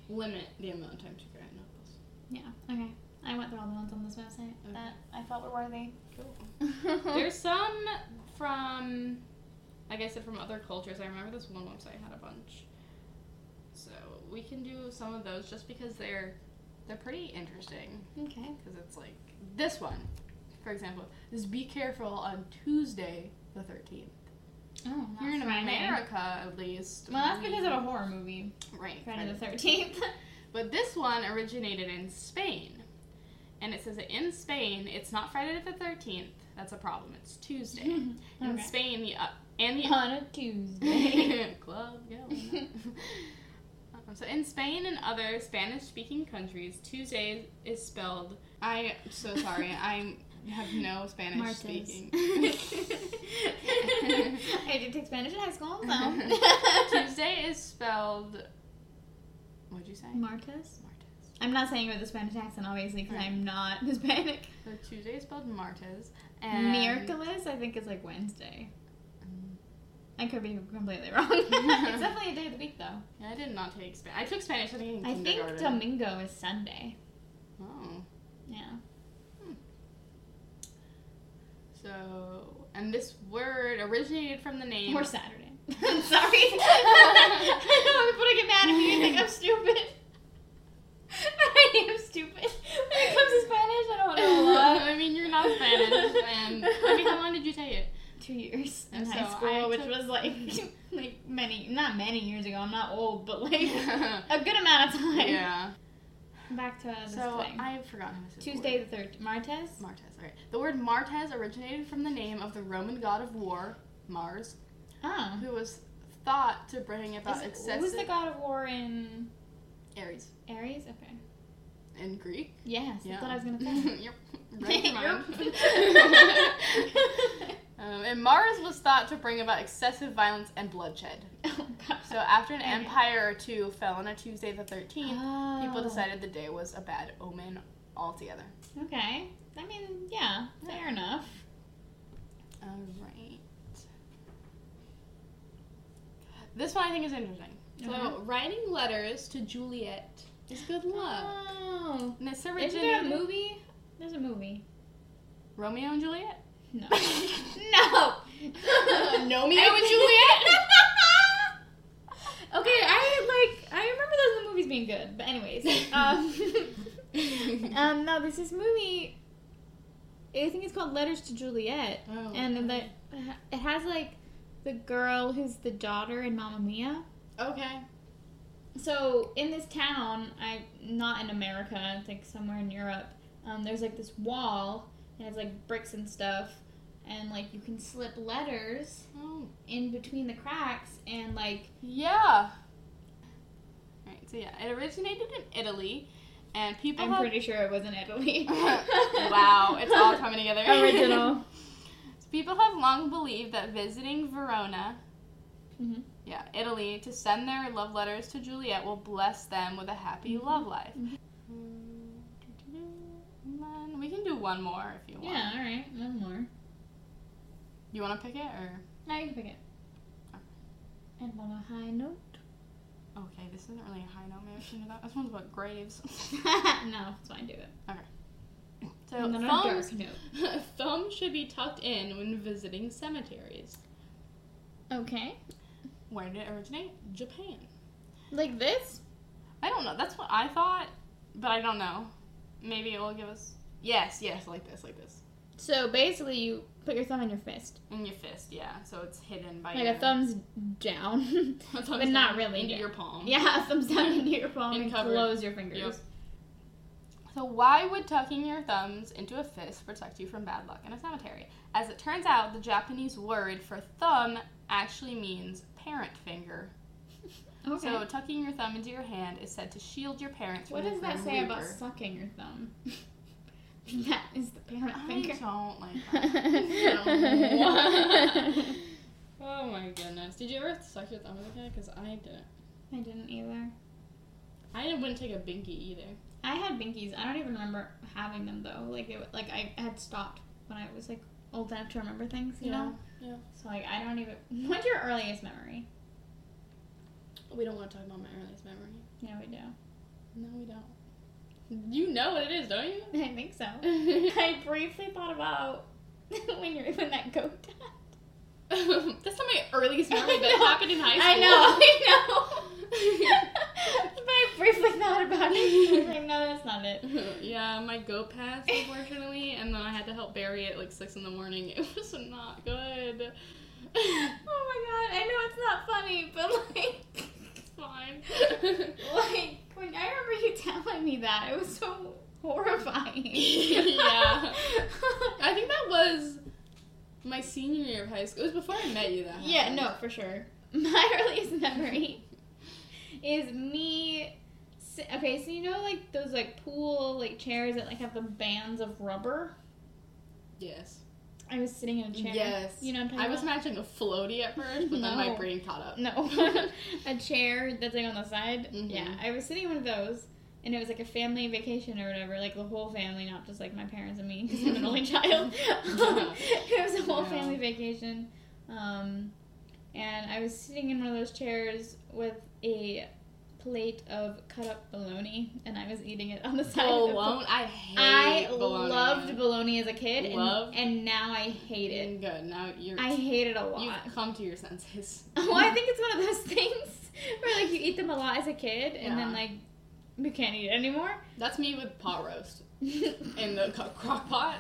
[SPEAKER 1] limit the amount of times you crack knuckles.
[SPEAKER 2] Yeah. Okay. I went through all the ones on this website
[SPEAKER 1] Okay.
[SPEAKER 2] that I felt were worthy.
[SPEAKER 1] Cool. There's some from, like I said, from other cultures. I remember this one website had a bunch. So we can do some of those just because they're they're pretty interesting.
[SPEAKER 2] okay.
[SPEAKER 1] Because it's like this one, for example, is be careful on Tuesday the thirteenth.
[SPEAKER 2] Oh,
[SPEAKER 1] Here in America, at least.
[SPEAKER 2] Well, that's
[SPEAKER 1] we-
[SPEAKER 2] because of a horror movie,
[SPEAKER 1] right.
[SPEAKER 2] Friday the
[SPEAKER 1] Friday.
[SPEAKER 2] Thirteenth.
[SPEAKER 1] But this one originated in Spain. And it says that in Spain, it's not Friday the 13th. That's a problem. It's Tuesday. In
[SPEAKER 2] Okay.
[SPEAKER 1] Spain, the up and the
[SPEAKER 2] On a Tuesday.
[SPEAKER 1] club going. Um, so in Spain and other Spanish-speaking countries, Tuesday is spelled. I am so sorry. I have no Spanish
[SPEAKER 2] Martes.
[SPEAKER 1] speaking.
[SPEAKER 2] I did take Spanish in high school, so.
[SPEAKER 1] Tuesday is spelled. What'd you say?
[SPEAKER 2] Martes.
[SPEAKER 1] Martes.
[SPEAKER 2] I'm not saying it with a Spanish accent, obviously, because
[SPEAKER 1] Right.
[SPEAKER 2] I'm not Hispanic.
[SPEAKER 1] So Tuesday is spelled Martes. And Mm,
[SPEAKER 2] Miraculous, I think, is like Wednesday. I could be completely wrong. it's definitely a day of the week, though.
[SPEAKER 1] I did not take Spanish. I took Spanish. I think. in
[SPEAKER 2] I think
[SPEAKER 1] kindergarten.
[SPEAKER 2] Domingo is Sunday.
[SPEAKER 1] Oh.
[SPEAKER 2] Yeah.
[SPEAKER 1] So, and this word originated from the name.
[SPEAKER 2] Or Saturday. I'm sorry. I know people get mad at me and think I'm stupid. I am stupid. When it comes to Spanish, I don't know a lot.
[SPEAKER 1] I mean, you're not Spanish. And I mean, how long did you take it?
[SPEAKER 2] Two years in
[SPEAKER 1] And
[SPEAKER 2] high
[SPEAKER 1] so
[SPEAKER 2] school,
[SPEAKER 1] I
[SPEAKER 2] which
[SPEAKER 1] took-
[SPEAKER 2] was like like many, not many years ago. I'm not old, but like a good amount of time.
[SPEAKER 1] yeah.
[SPEAKER 2] Back to this
[SPEAKER 1] So
[SPEAKER 2] thing.
[SPEAKER 1] I forgot how to say the
[SPEAKER 2] Tuesday
[SPEAKER 1] word.
[SPEAKER 2] the third, Martes.
[SPEAKER 1] Martes. All right. The word Martes originated from the name of the Roman god of war, Mars,
[SPEAKER 2] Oh.
[SPEAKER 1] who was thought to bring about
[SPEAKER 2] Is,
[SPEAKER 1] excessive
[SPEAKER 2] who's the god of war in
[SPEAKER 1] Aries
[SPEAKER 2] Aries? Okay.
[SPEAKER 1] in Greek.
[SPEAKER 2] Yes,
[SPEAKER 1] Yeah.
[SPEAKER 2] that's what I was gonna say.
[SPEAKER 1] Yep, right in mind.
[SPEAKER 2] Yep.
[SPEAKER 1] um, and Mars was thought to bring about excessive violence and bloodshed.
[SPEAKER 2] oh god.
[SPEAKER 1] So after an
[SPEAKER 2] Okay.
[SPEAKER 1] empire or two fell on a Tuesday the 13th,
[SPEAKER 2] Oh.
[SPEAKER 1] people decided the day was a bad omen altogether.
[SPEAKER 2] Okay. I mean, yeah, fair enough.
[SPEAKER 1] All right. This one I think is interesting. So
[SPEAKER 2] Uh-huh.
[SPEAKER 1] writing letters to Juliet is good luck.
[SPEAKER 2] Oh.
[SPEAKER 1] And it's
[SPEAKER 2] Isn't there a
[SPEAKER 1] originated
[SPEAKER 2] movie? There's a movie.
[SPEAKER 1] Romeo and Juliet.
[SPEAKER 2] No. no.
[SPEAKER 1] Romeo and
[SPEAKER 2] Juliet. okay, I like. I remember those in the movies being good, but anyways.
[SPEAKER 1] Um,
[SPEAKER 2] Um. um. No, there's this movie. I think it's called Letters to Juliet.
[SPEAKER 1] Oh.
[SPEAKER 2] and the, it has like the girl who's the daughter in Mamma Mia.
[SPEAKER 1] okay.
[SPEAKER 2] So in this town, I not in America, it's like somewhere in Europe. Um, there's like this wall, and it's like bricks and stuff, and like you can slip letters
[SPEAKER 1] Oh.
[SPEAKER 2] in between the cracks, and like
[SPEAKER 1] Yeah. Right. So yeah, it originated in Italy, and people.
[SPEAKER 2] I'm
[SPEAKER 1] have-
[SPEAKER 2] pretty sure it was in Italy.
[SPEAKER 1] wow, it's all coming together.
[SPEAKER 2] original.
[SPEAKER 1] People have long believed that visiting Verona,
[SPEAKER 2] Mhm.
[SPEAKER 1] yeah, Italy, to send their love letters to Juliet will bless them with a happy love life.
[SPEAKER 2] Mhm.
[SPEAKER 1] Come on, We can do one more if you want.
[SPEAKER 2] Yeah, all right, one more.
[SPEAKER 1] You want to pick it or?
[SPEAKER 2] Now you can pick it. And on a high note.
[SPEAKER 1] Okay, this isn't really a high note. Maybe I should do that. This one's about graves.
[SPEAKER 2] no, it's fine. Do it.
[SPEAKER 1] So
[SPEAKER 2] And then on a
[SPEAKER 1] thumbs,
[SPEAKER 2] dark note.
[SPEAKER 1] thumbs should be tucked in when visiting cemeteries.
[SPEAKER 2] Okay.
[SPEAKER 1] Where did it originate? Japan.
[SPEAKER 2] Like this?
[SPEAKER 1] I don't know. That's what I thought, but I don't know. Maybe it will give us. Yes, yes, like this, like this.
[SPEAKER 2] So basically, you put your thumb in your fist,
[SPEAKER 1] In your fist, yeah. So it's hidden by
[SPEAKER 2] like
[SPEAKER 1] your
[SPEAKER 2] a thumbs down.
[SPEAKER 1] a thumbs
[SPEAKER 2] but not
[SPEAKER 1] down
[SPEAKER 2] really
[SPEAKER 1] into
[SPEAKER 2] down.
[SPEAKER 1] your palm.
[SPEAKER 2] yeah, a thumbs down into your palm
[SPEAKER 1] And
[SPEAKER 2] and
[SPEAKER 1] cover it.
[SPEAKER 2] close your fingers.
[SPEAKER 1] So why would tucking your thumbs into a fist protect you from bad luck in a cemetery? As it turns out, the Japanese word for thumb actually means parent finger.
[SPEAKER 2] Okay.
[SPEAKER 1] So tucking your thumb into your hand is said to shield your parents
[SPEAKER 2] what
[SPEAKER 1] from
[SPEAKER 2] does
[SPEAKER 1] the
[SPEAKER 2] that
[SPEAKER 1] grim
[SPEAKER 2] say about
[SPEAKER 1] reaper.
[SPEAKER 2] sucking your thumb? that is the parent
[SPEAKER 1] I
[SPEAKER 2] finger.
[SPEAKER 1] don't like that. don't. Oh my goodness. Did you ever suck your thumb as a kid? Because I didn't.
[SPEAKER 2] I didn't either.
[SPEAKER 1] I wouldn't take a binky either.
[SPEAKER 2] I had binkies. I don't even remember having them though. Like it, like I had stopped when I was like old enough to remember things. You
[SPEAKER 1] Yeah,
[SPEAKER 2] know.
[SPEAKER 1] yeah.
[SPEAKER 2] So like I don't even. What's your earliest memory?
[SPEAKER 1] We don't want to talk about my earliest memory.
[SPEAKER 2] Yeah, we do.
[SPEAKER 1] No, we don't. You know what it is, don't you?
[SPEAKER 2] I think so. I briefly thought about when you're when that goat died.
[SPEAKER 1] That's not my earliest
[SPEAKER 2] I
[SPEAKER 1] memory. That
[SPEAKER 2] know.
[SPEAKER 1] happened in high school.
[SPEAKER 2] I know. I know. but I briefly thought about it. I was like, no, that's not it.
[SPEAKER 1] yeah, my goat passed unfortunately, and then I had to help bury it at, like six in the morning. It was not good.
[SPEAKER 2] Oh my god! I know it's not funny, but like,
[SPEAKER 1] It's fine.
[SPEAKER 2] like when I remember you telling me that, it was so horrifying.
[SPEAKER 1] Yeah. I think that was my senior year of high school. It was before I met you. That
[SPEAKER 2] Yeah,
[SPEAKER 1] happened.
[SPEAKER 2] no, for sure. My earliest memory is me. si- Okay, so you know, like those like pool like chairs that like have the bands of rubber.
[SPEAKER 1] Yes.
[SPEAKER 2] I was sitting in a chair.
[SPEAKER 1] Yes.
[SPEAKER 2] you know what I'm talking
[SPEAKER 1] I was
[SPEAKER 2] about.
[SPEAKER 1] matching a floaty at first, but then my
[SPEAKER 2] No.
[SPEAKER 1] brain caught up.
[SPEAKER 2] No, a chair that's like on the side.
[SPEAKER 1] Mhm.
[SPEAKER 2] Yeah, I was sitting in one of those, and it was like a family vacation or whatever, like the whole family, not just like my parents and me, because I'm an only child. it was a whole
[SPEAKER 1] Yeah.
[SPEAKER 2] family vacation, um, and I was sitting in one of those chairs with a plate of cut up bologna, and I was eating it on the side. of the
[SPEAKER 1] Bologna. I hate
[SPEAKER 2] I
[SPEAKER 1] bologna.
[SPEAKER 2] loved bologna as a kid, and,
[SPEAKER 1] Loved?
[SPEAKER 2] and now I hate it.
[SPEAKER 1] Good. Now you're.
[SPEAKER 2] I hate it a lot.
[SPEAKER 1] You've come to your senses.
[SPEAKER 2] Well, I think it's one of those things where like you eat them a lot as a kid, and
[SPEAKER 1] Yeah.
[SPEAKER 2] then like you can't eat it anymore.
[SPEAKER 1] That's me with pot roast
[SPEAKER 2] and
[SPEAKER 1] in the co- crock pot.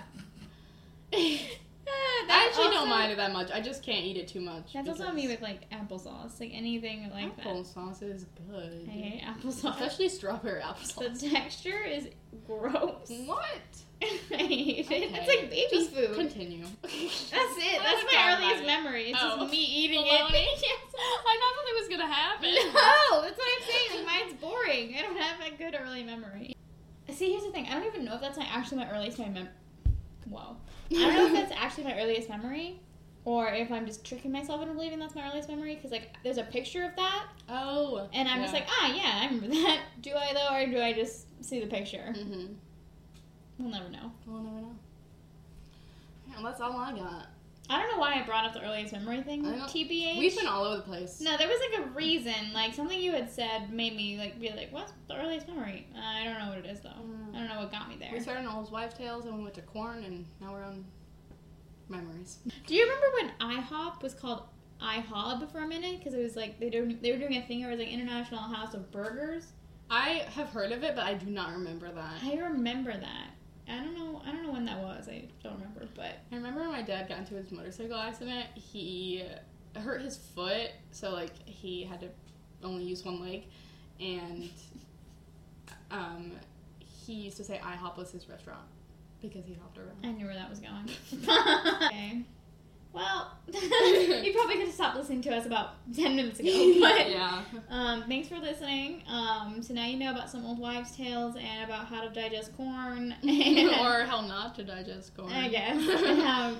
[SPEAKER 1] I actually don't mind it that much. I just can't eat it too much.
[SPEAKER 2] That's also
[SPEAKER 1] because
[SPEAKER 2] me with like applesauce, like anything like
[SPEAKER 1] applesauce is
[SPEAKER 2] that.
[SPEAKER 1] good.
[SPEAKER 2] I hate applesauce.
[SPEAKER 1] Especially strawberry
[SPEAKER 2] The
[SPEAKER 1] applesauce.
[SPEAKER 2] texture is gross.
[SPEAKER 1] What?
[SPEAKER 2] I hate it. It's
[SPEAKER 1] Okay.
[SPEAKER 2] like baby
[SPEAKER 1] Just Oh
[SPEAKER 2] food.
[SPEAKER 1] continue.
[SPEAKER 2] That's it.
[SPEAKER 1] I
[SPEAKER 2] That's
[SPEAKER 1] wanna
[SPEAKER 2] my
[SPEAKER 1] talk about
[SPEAKER 2] earliest
[SPEAKER 1] it.
[SPEAKER 2] memory. It's
[SPEAKER 1] Oh.
[SPEAKER 2] just me eating
[SPEAKER 1] Bologna?
[SPEAKER 2] it. Yes.
[SPEAKER 1] I thought that it was gonna happen.
[SPEAKER 2] No, that's what I'm saying. Like mine's boring. I don't have a good early memory. See, here's the thing. I don't even know if that's my actually my earliest my mem. Whoa. I don't know if that's actually my earliest memory, or if I'm just tricking myself into believing that's my earliest memory. Because like, there's a picture of that,
[SPEAKER 1] Oh.
[SPEAKER 2] and I'm just like, ah, yeah, I remember that. Do I though, or do I just see the picture?
[SPEAKER 1] Mm-hmm.
[SPEAKER 2] We'll never know.
[SPEAKER 1] We'll never know. Yeah, that's all I got.
[SPEAKER 2] I don't know why I brought up the earliest memory thing.
[SPEAKER 1] I don't-
[SPEAKER 2] TBH.
[SPEAKER 1] We've been all over the place.
[SPEAKER 2] No, there was like a reason, like something you had said made me like be like, what's the earliest memory? Uh, I don't know what it is though. I don't know what got me
[SPEAKER 1] We
[SPEAKER 2] there.
[SPEAKER 1] started on Old Wives' Tales and we went to corn and now we're on memories.
[SPEAKER 2] Do you remember when IHOP was called IHOB for a minute? Because it was like they do they were doing a thing where it was like International House of Burgers.
[SPEAKER 1] I have heard of it, but I do not remember that.
[SPEAKER 2] I remember that. I don't know. I don't know when that was. I don't remember. But
[SPEAKER 1] I remember when my dad got into his motorcycle accident, he hurt his foot, so like he had to only use one leg, and um, he used to say IHOP was his restaurant because he hopped around.
[SPEAKER 2] I knew where that was going. okay. Well, you probably could have stopped listening to us about ten minutes ago. But
[SPEAKER 1] yeah.
[SPEAKER 2] Um, thanks for listening. Um, so now you know about some old wives' tales and about how to digest corn.
[SPEAKER 1] or how not to digest corn.
[SPEAKER 2] I guess. Um, and how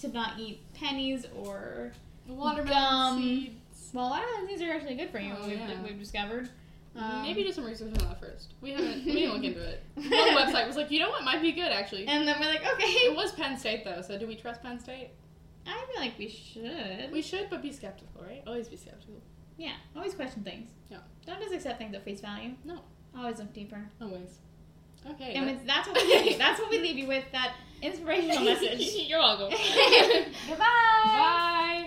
[SPEAKER 2] to not eat pennies or.
[SPEAKER 1] Watermelon
[SPEAKER 2] Gum.
[SPEAKER 1] seeds.
[SPEAKER 2] Well, watermelon seeds are actually good for you,
[SPEAKER 1] Oh,
[SPEAKER 2] we've,
[SPEAKER 1] yeah.
[SPEAKER 2] we've discovered. Um,
[SPEAKER 1] Maybe do some research on that first. We haven't. We didn't look into it. One website was like, you know what, might be good actually.
[SPEAKER 2] And then we're like,
[SPEAKER 1] It
[SPEAKER 2] okay.
[SPEAKER 1] was Penn State though, so do we trust Penn State?
[SPEAKER 2] I feel like we should.
[SPEAKER 1] We should, but be skeptical, right? Always be skeptical.
[SPEAKER 2] yeah, always question things.
[SPEAKER 1] Yeah.
[SPEAKER 2] Don't just accept things at face value.
[SPEAKER 1] No.
[SPEAKER 2] Always look deeper.
[SPEAKER 1] Always. Okay.
[SPEAKER 2] And
[SPEAKER 1] that-
[SPEAKER 2] with, that's what we leave you. That's what we leave you with. That inspirational message.
[SPEAKER 1] You're welcome.
[SPEAKER 2] Goodbye.
[SPEAKER 1] Bye.